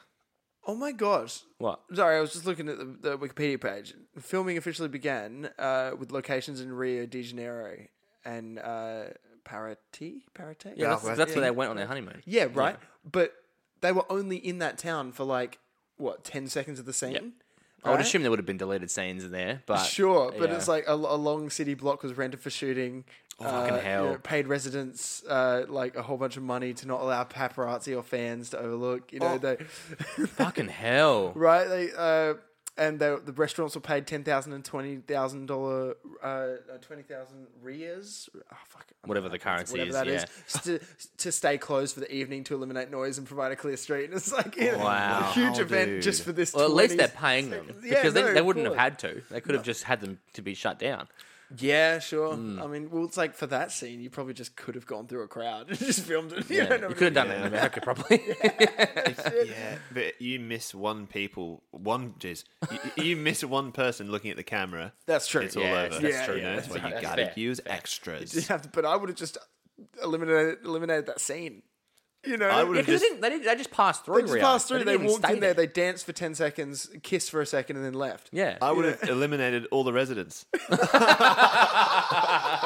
[SPEAKER 2] Oh my gosh.
[SPEAKER 3] What?
[SPEAKER 2] Sorry, I was just looking at the, the Wikipedia page. Filming officially began uh, with locations in Rio de Janeiro and uh, Paraty. Paraty.
[SPEAKER 3] Yeah, that's,
[SPEAKER 1] well,
[SPEAKER 3] that's where
[SPEAKER 1] yeah.
[SPEAKER 3] they went on their honeymoon.
[SPEAKER 2] Oh, Yeah, right. But they were only in that town for like what ten seconds of the scene.
[SPEAKER 3] I would
[SPEAKER 2] right?
[SPEAKER 3] assume there would have been deleted scenes in there, but
[SPEAKER 2] Sure, but
[SPEAKER 3] yeah. Oh,
[SPEAKER 2] it's like a, a long city block was rented for shooting.
[SPEAKER 3] fucking
[SPEAKER 2] uh,
[SPEAKER 3] hell.
[SPEAKER 2] paid residents uh, like a whole bunch of money to not allow paparazzi or fans to overlook. You know,
[SPEAKER 3] Oh.
[SPEAKER 2] they
[SPEAKER 3] fucking hell.
[SPEAKER 2] right they uh, and they, the restaurants were paid ten thousand and twenty thousand dollar uh, twenty thousand rias. Oh, fuck, I don't
[SPEAKER 3] Whatever
[SPEAKER 2] know
[SPEAKER 3] the
[SPEAKER 2] how to pronounce it,
[SPEAKER 3] currency
[SPEAKER 2] whatever
[SPEAKER 3] is,
[SPEAKER 2] that is, *laughs* to, to stay closed for the evening to eliminate noise and provide a clear street. *laughs* And it's like you know,
[SPEAKER 3] Wow.
[SPEAKER 2] a huge
[SPEAKER 1] Wow,
[SPEAKER 2] event
[SPEAKER 1] dude.
[SPEAKER 2] just for this.
[SPEAKER 3] Well, at least
[SPEAKER 2] 20
[SPEAKER 3] they're paying them
[SPEAKER 2] seconds. *laughs* Yeah,
[SPEAKER 3] because
[SPEAKER 2] no,
[SPEAKER 3] they, they
[SPEAKER 2] of
[SPEAKER 3] wouldn't have
[SPEAKER 2] course.
[SPEAKER 3] had to. They could have just had them to be shut down.
[SPEAKER 2] Yeah, sure.
[SPEAKER 3] Mm.
[SPEAKER 2] I mean, well, it's like for that scene, you probably just could have gone through a crowd and *laughs* just filmed it. You
[SPEAKER 3] Yeah,
[SPEAKER 2] know
[SPEAKER 3] you
[SPEAKER 2] what
[SPEAKER 3] could have done that
[SPEAKER 1] Yeah.
[SPEAKER 2] *laughs*
[SPEAKER 3] in America, probably.
[SPEAKER 1] Yeah, but you miss one people, one jeez, you, you miss one person looking at the camera.
[SPEAKER 2] That's true.
[SPEAKER 1] It's all
[SPEAKER 3] Yeah,
[SPEAKER 1] over.
[SPEAKER 3] that's
[SPEAKER 2] Yeah,
[SPEAKER 1] you
[SPEAKER 2] true.
[SPEAKER 1] know,
[SPEAKER 2] yeah,
[SPEAKER 1] that's
[SPEAKER 3] that's
[SPEAKER 1] why you
[SPEAKER 3] right.
[SPEAKER 1] gotta
[SPEAKER 3] Fair,
[SPEAKER 1] use extras.
[SPEAKER 2] *laughs* I mean? But I would have just eliminated eliminated that scene. You know,
[SPEAKER 1] I would
[SPEAKER 3] Yeah,
[SPEAKER 1] have just.
[SPEAKER 3] because they, didn't- they, didn't- they just passed through.
[SPEAKER 2] they just
[SPEAKER 3] Rio.
[SPEAKER 2] passed through.
[SPEAKER 3] didn't
[SPEAKER 2] They
[SPEAKER 3] even
[SPEAKER 2] walked
[SPEAKER 3] stay
[SPEAKER 2] in there. They danced for ten seconds, kissed for a second, and then left.
[SPEAKER 3] yeah.
[SPEAKER 1] I would have eliminated all the residents.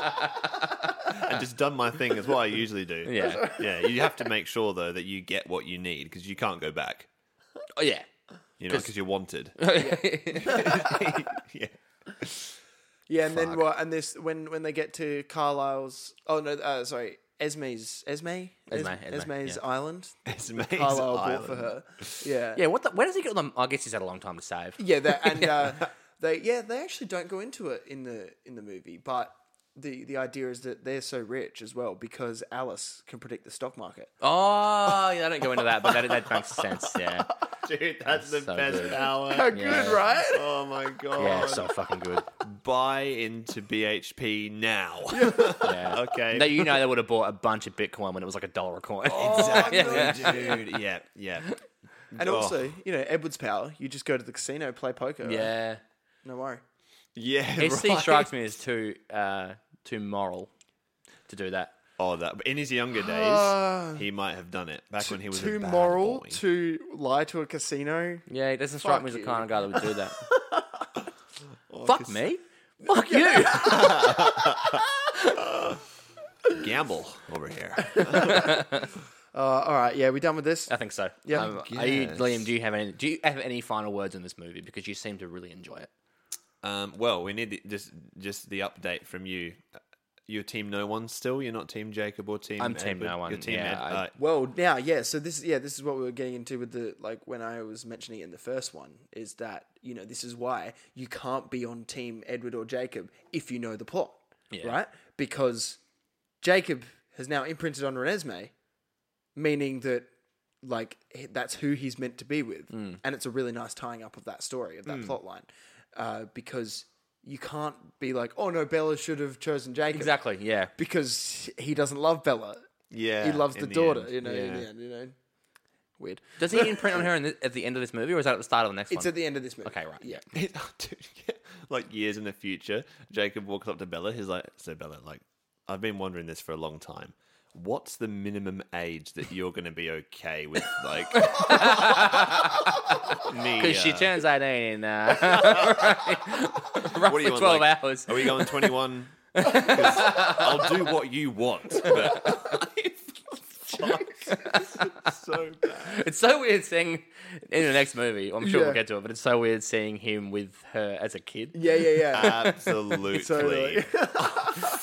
[SPEAKER 1] and just done my thing is what I usually do.
[SPEAKER 3] Yeah.
[SPEAKER 1] Yeah. You have to make sure, though, that you get what you need because you can't go back,
[SPEAKER 3] oh yeah. *laughs*
[SPEAKER 1] you know, because you're wanted. *laughs* yeah.
[SPEAKER 2] Yeah, and then what? And this when when they get to Carlisle's. Oh no, uh, sorry, Esme's Esme Es-
[SPEAKER 3] Esme, Esme,
[SPEAKER 2] Esme's
[SPEAKER 3] yeah.
[SPEAKER 2] island.
[SPEAKER 1] It's amazing.
[SPEAKER 2] Carlisle bought
[SPEAKER 1] Island.
[SPEAKER 2] for her. Yeah,
[SPEAKER 3] yeah. What? The, where does he get all the? I guess he's had a long time to save.
[SPEAKER 2] yeah. *laughs* That, and uh, they yeah they actually don't go into it in the in the movie, but the the idea is that they're so rich as well because Alice can predict the stock market.
[SPEAKER 3] Oh, yeah. I don't go into that, but that, that makes sense.
[SPEAKER 2] *laughs*
[SPEAKER 3] Yeah.
[SPEAKER 1] Dude, that's, the
[SPEAKER 3] so
[SPEAKER 1] best
[SPEAKER 3] good.
[SPEAKER 2] How
[SPEAKER 1] hour.
[SPEAKER 2] good, right?
[SPEAKER 1] Oh my god.
[SPEAKER 3] Yeah. So fucking good.
[SPEAKER 1] Buy into BHP
[SPEAKER 2] *laughs*
[SPEAKER 1] now.
[SPEAKER 3] Yeah.
[SPEAKER 1] okay.
[SPEAKER 3] That you know they would have bought a bunch of Bitcoin when it was like a dollar a coin.
[SPEAKER 2] Oh,
[SPEAKER 3] *laughs*
[SPEAKER 1] Exactly, dude. Yeah, yeah.
[SPEAKER 2] *laughs* And
[SPEAKER 1] Oh.
[SPEAKER 2] also, you know, Edward's power. You just go to the casino, play poker. right? *laughs*
[SPEAKER 3] yeah.
[SPEAKER 2] no worry.
[SPEAKER 1] Yeah.
[SPEAKER 3] It still
[SPEAKER 1] right.
[SPEAKER 3] strikes me as too uh, too moral to do that.
[SPEAKER 1] Oh, that. But in his younger
[SPEAKER 2] Ah.
[SPEAKER 1] days, he might have done it. Back when he was
[SPEAKER 2] Too
[SPEAKER 1] a bad
[SPEAKER 2] moral
[SPEAKER 1] boy.
[SPEAKER 2] to lie to a casino.
[SPEAKER 3] Yeah, it doesn't strike me as
[SPEAKER 2] Fuck
[SPEAKER 3] the
[SPEAKER 2] you.
[SPEAKER 3] kind of guy that would
[SPEAKER 2] *laughs*
[SPEAKER 3] do that. Fuck
[SPEAKER 1] cause-
[SPEAKER 3] me. *laughs* Fuck you.
[SPEAKER 1] gamble over
[SPEAKER 2] *laughs*
[SPEAKER 1] here.
[SPEAKER 2] Uh, all right, yeah, we done with
[SPEAKER 1] Uh,
[SPEAKER 2] this.
[SPEAKER 3] I think so.
[SPEAKER 2] Yeah.
[SPEAKER 3] Um, are you,
[SPEAKER 1] Yes.
[SPEAKER 3] Liam? Do you have any? Do you have any final words on this movie? Because you seem to really enjoy it.
[SPEAKER 1] um, well, we need just just the update from you. Uh, Your team, no one. Still, you're not team Jacob or team.
[SPEAKER 3] I'm team
[SPEAKER 1] Edward.
[SPEAKER 3] no one,
[SPEAKER 1] Your team,
[SPEAKER 3] yeah,
[SPEAKER 1] Ed,
[SPEAKER 3] I-
[SPEAKER 1] uh,
[SPEAKER 2] Well, now, yeah. So this, yeah, this is what we were getting into with the like when I was mentioning it in the first one is that you know this is why you can't be on team Edward or Jacob if you know the plot,
[SPEAKER 3] Yeah.
[SPEAKER 2] right? Because Jacob has now imprinted on Renesmee, meaning that like he- that's who he's meant to be with, and it's a really nice tying up of that story of that plot line, uh, because you can't be like, oh no, Bella should have chosen Jacob
[SPEAKER 3] Exactly. Yeah.
[SPEAKER 2] because he doesn't love Bella.
[SPEAKER 1] yeah,
[SPEAKER 2] he loves the,
[SPEAKER 1] in
[SPEAKER 2] daughter,
[SPEAKER 1] end.
[SPEAKER 2] you know, in
[SPEAKER 3] Yeah.
[SPEAKER 2] the end, you know. Weird.
[SPEAKER 3] Does he imprint on her in the, at the end of this movie, or is that at the start of the next
[SPEAKER 2] It's
[SPEAKER 3] one?
[SPEAKER 2] at the end of this movie.
[SPEAKER 3] okay, right. Yeah.
[SPEAKER 1] It- oh, *laughs* dude, yeah. Like years in the future, Jacob walks up to Bella. He's like, "So Bella, like, I've been wondering this for a long time. What's the minimum age that you're going to be okay with,
[SPEAKER 3] *laughs*
[SPEAKER 1] like, me?
[SPEAKER 3] Because she
[SPEAKER 1] uh,
[SPEAKER 3] turns eighteen in *laughs* uh, *laughs* roughly
[SPEAKER 1] you on,
[SPEAKER 3] twelve
[SPEAKER 1] like-
[SPEAKER 3] hours.
[SPEAKER 1] Are we going
[SPEAKER 3] *laughs*
[SPEAKER 1] 21? 'Cause I'll do what you want,
[SPEAKER 3] *laughs*
[SPEAKER 1] but so bad.
[SPEAKER 3] It's so weird seeing in the next movie. I'm sure
[SPEAKER 2] Yeah.
[SPEAKER 3] we'll get to it, but it's so weird seeing him with her as a kid.
[SPEAKER 2] Yeah, yeah,
[SPEAKER 3] *laughs* Uh,
[SPEAKER 2] yeah.
[SPEAKER 1] Absolutely.
[SPEAKER 2] Totally.
[SPEAKER 1] *laughs*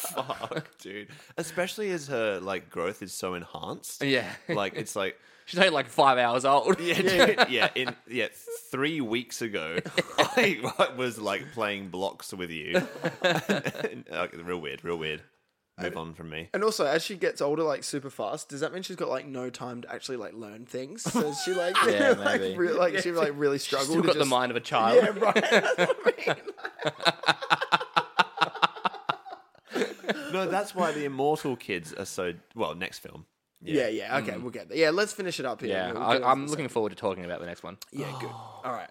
[SPEAKER 1] Fuck, dude. Especially as her like growth is so enhanced.
[SPEAKER 3] Yeah.
[SPEAKER 1] Like it's like
[SPEAKER 3] *laughs* She's only like five hours old. *laughs*
[SPEAKER 1] yeah, dude, yeah, in yeah, three weeks ago, *laughs* I was like playing blocks with you. *laughs* Okay, real weird, real weird. Move on from me.
[SPEAKER 2] and also, as she gets older, like super fast, does that mean she's got like no time to actually like learn
[SPEAKER 3] *laughs*
[SPEAKER 2] things? So she like,
[SPEAKER 3] Yeah,
[SPEAKER 2] *laughs* like,
[SPEAKER 3] maybe.
[SPEAKER 2] re- like she like really struggled.
[SPEAKER 3] Still
[SPEAKER 2] to
[SPEAKER 3] got the
[SPEAKER 2] just-
[SPEAKER 3] mind of a child.
[SPEAKER 2] Yeah, right. That's what *laughs* I
[SPEAKER 3] *laughs*
[SPEAKER 2] mean.
[SPEAKER 1] No, that's why the immortal kids are so well. Next film,
[SPEAKER 2] yeah, yeah. Okay, we'll get there. Yeah, let's finish it up here.
[SPEAKER 3] Mm. Yeah,
[SPEAKER 2] We'll do it
[SPEAKER 3] I,
[SPEAKER 2] as
[SPEAKER 3] I'm
[SPEAKER 2] a
[SPEAKER 3] looking forward to talking about the next one.
[SPEAKER 2] Yeah,
[SPEAKER 3] *sighs*
[SPEAKER 2] good. All right.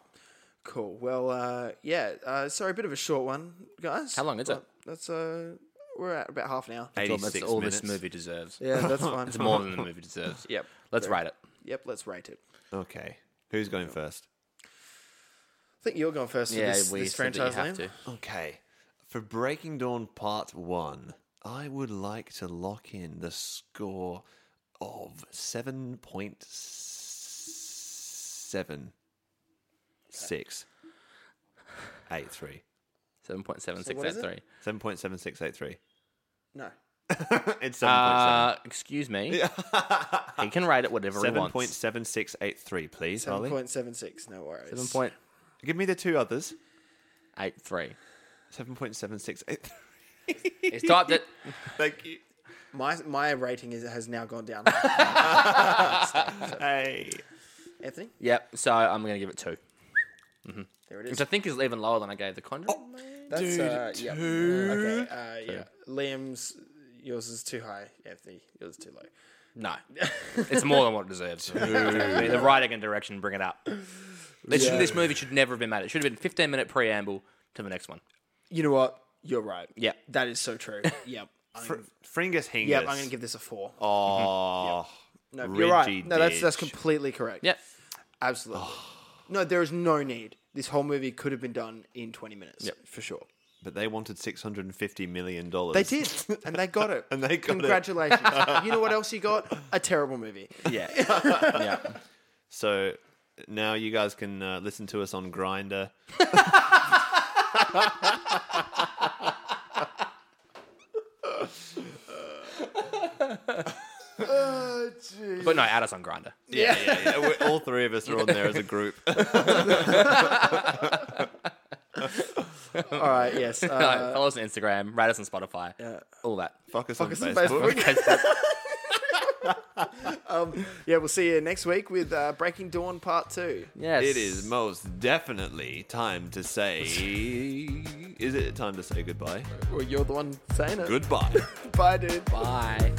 [SPEAKER 2] Cool. Well, uh, yeah. Uh, sorry, a bit of a short one, guys.
[SPEAKER 3] How long is it?
[SPEAKER 2] But That's uh, we're at about half an hour.
[SPEAKER 1] eighty-six
[SPEAKER 3] That's all
[SPEAKER 1] minutes.
[SPEAKER 3] this movie deserves.
[SPEAKER 2] Yeah,
[SPEAKER 3] *laughs*
[SPEAKER 2] that's fine.
[SPEAKER 3] It's more than the movie *laughs* deserves.
[SPEAKER 2] Yep.
[SPEAKER 3] Let's rate it.
[SPEAKER 2] Yep. Let's rate it.
[SPEAKER 1] Okay, who's going first?
[SPEAKER 2] I think you're going first.
[SPEAKER 3] Yeah,
[SPEAKER 2] for this,
[SPEAKER 3] we
[SPEAKER 2] this
[SPEAKER 3] said that you
[SPEAKER 2] franchise
[SPEAKER 3] have
[SPEAKER 2] name.
[SPEAKER 3] to.
[SPEAKER 1] Okay, for Breaking Dawn Part One, I would like to lock in the score of seven point seven six eight three.
[SPEAKER 3] Seven point seven six
[SPEAKER 2] what
[SPEAKER 3] eight
[SPEAKER 2] is
[SPEAKER 3] three.
[SPEAKER 1] Seven point seven six eight
[SPEAKER 2] *laughs*
[SPEAKER 1] three.
[SPEAKER 2] No.
[SPEAKER 1] It's seven point seven.
[SPEAKER 3] Uh, excuse me. *laughs* he can rate it whatever he
[SPEAKER 1] Seven
[SPEAKER 3] wants.
[SPEAKER 1] point seven six eight three, please,
[SPEAKER 2] Seven
[SPEAKER 1] Harley.
[SPEAKER 2] point seven six. No worries.
[SPEAKER 3] Seven point
[SPEAKER 1] Give me the two others.
[SPEAKER 3] eight *laughs* three.
[SPEAKER 1] Seven point seven six eight three.
[SPEAKER 3] He's typed it.
[SPEAKER 1] Thank you.
[SPEAKER 2] My my rating is has now gone
[SPEAKER 3] *laughs*
[SPEAKER 2] down.
[SPEAKER 1] Hey.
[SPEAKER 2] Anthony,
[SPEAKER 3] Yep. So I'm gonna give it two,
[SPEAKER 2] there it
[SPEAKER 3] which
[SPEAKER 2] is.
[SPEAKER 3] I think is even lower than I gave the Conjuring.
[SPEAKER 2] That's
[SPEAKER 1] Dude,
[SPEAKER 2] uh, yeah.
[SPEAKER 1] two.
[SPEAKER 2] Okay. Uh, yeah. Liam's. Yours is too high, Anthony. Yours is too low.
[SPEAKER 3] No, *laughs* it's more than what it *laughs* deserves. I mean, the writing and direction bring it up. This,
[SPEAKER 2] Yeah.
[SPEAKER 3] this movie should never have been made. It should have been 15 minute preamble to the next one.
[SPEAKER 2] You know what? You're right.
[SPEAKER 3] Yep. *laughs*
[SPEAKER 2] That is so true. yep. I'm,
[SPEAKER 1] Fr- Fringus Hingus.
[SPEAKER 2] *laughs*
[SPEAKER 3] Oh,
[SPEAKER 2] yep. I'm gonna give this a four.
[SPEAKER 1] Oh,
[SPEAKER 2] No, you're right.
[SPEAKER 1] Reggie
[SPEAKER 2] No, that's that's
[SPEAKER 1] Dej.
[SPEAKER 2] completely correct.
[SPEAKER 3] Yep. Oh.
[SPEAKER 2] Absolutely. No, there is no need. This whole movie could have been done in 20 minutes. for sure.
[SPEAKER 1] But they wanted six hundred and fifty million dollars.
[SPEAKER 2] They did, and they got it.
[SPEAKER 1] *laughs* And they got it.
[SPEAKER 2] Congratulations.
[SPEAKER 1] *laughs*
[SPEAKER 2] you know what else you got? A terrible movie.
[SPEAKER 3] Yeah. yeah.
[SPEAKER 1] So now you guys can uh, listen to us on Grinder.
[SPEAKER 3] But no, add us on Grinder.
[SPEAKER 1] Yeah, yeah, yeah. We're, all three of us are on there as a
[SPEAKER 2] *laughs*
[SPEAKER 1] group.
[SPEAKER 2] All right,
[SPEAKER 1] *laughs*
[SPEAKER 2] yes. Uh,
[SPEAKER 3] Follow us on Instagram, rate us on Spotify, all that.
[SPEAKER 1] Fuck us on
[SPEAKER 2] us on
[SPEAKER 1] Facebook.
[SPEAKER 2] um, yeah, we'll see you next week with uh, Breaking Dawn Part 2.
[SPEAKER 3] Yes.
[SPEAKER 1] *laughs* It is most definitely time to say. Is it time to say goodbye?
[SPEAKER 2] Well, you're the one saying it.
[SPEAKER 1] Goodbye.
[SPEAKER 2] Bye, dude.
[SPEAKER 3] Bye.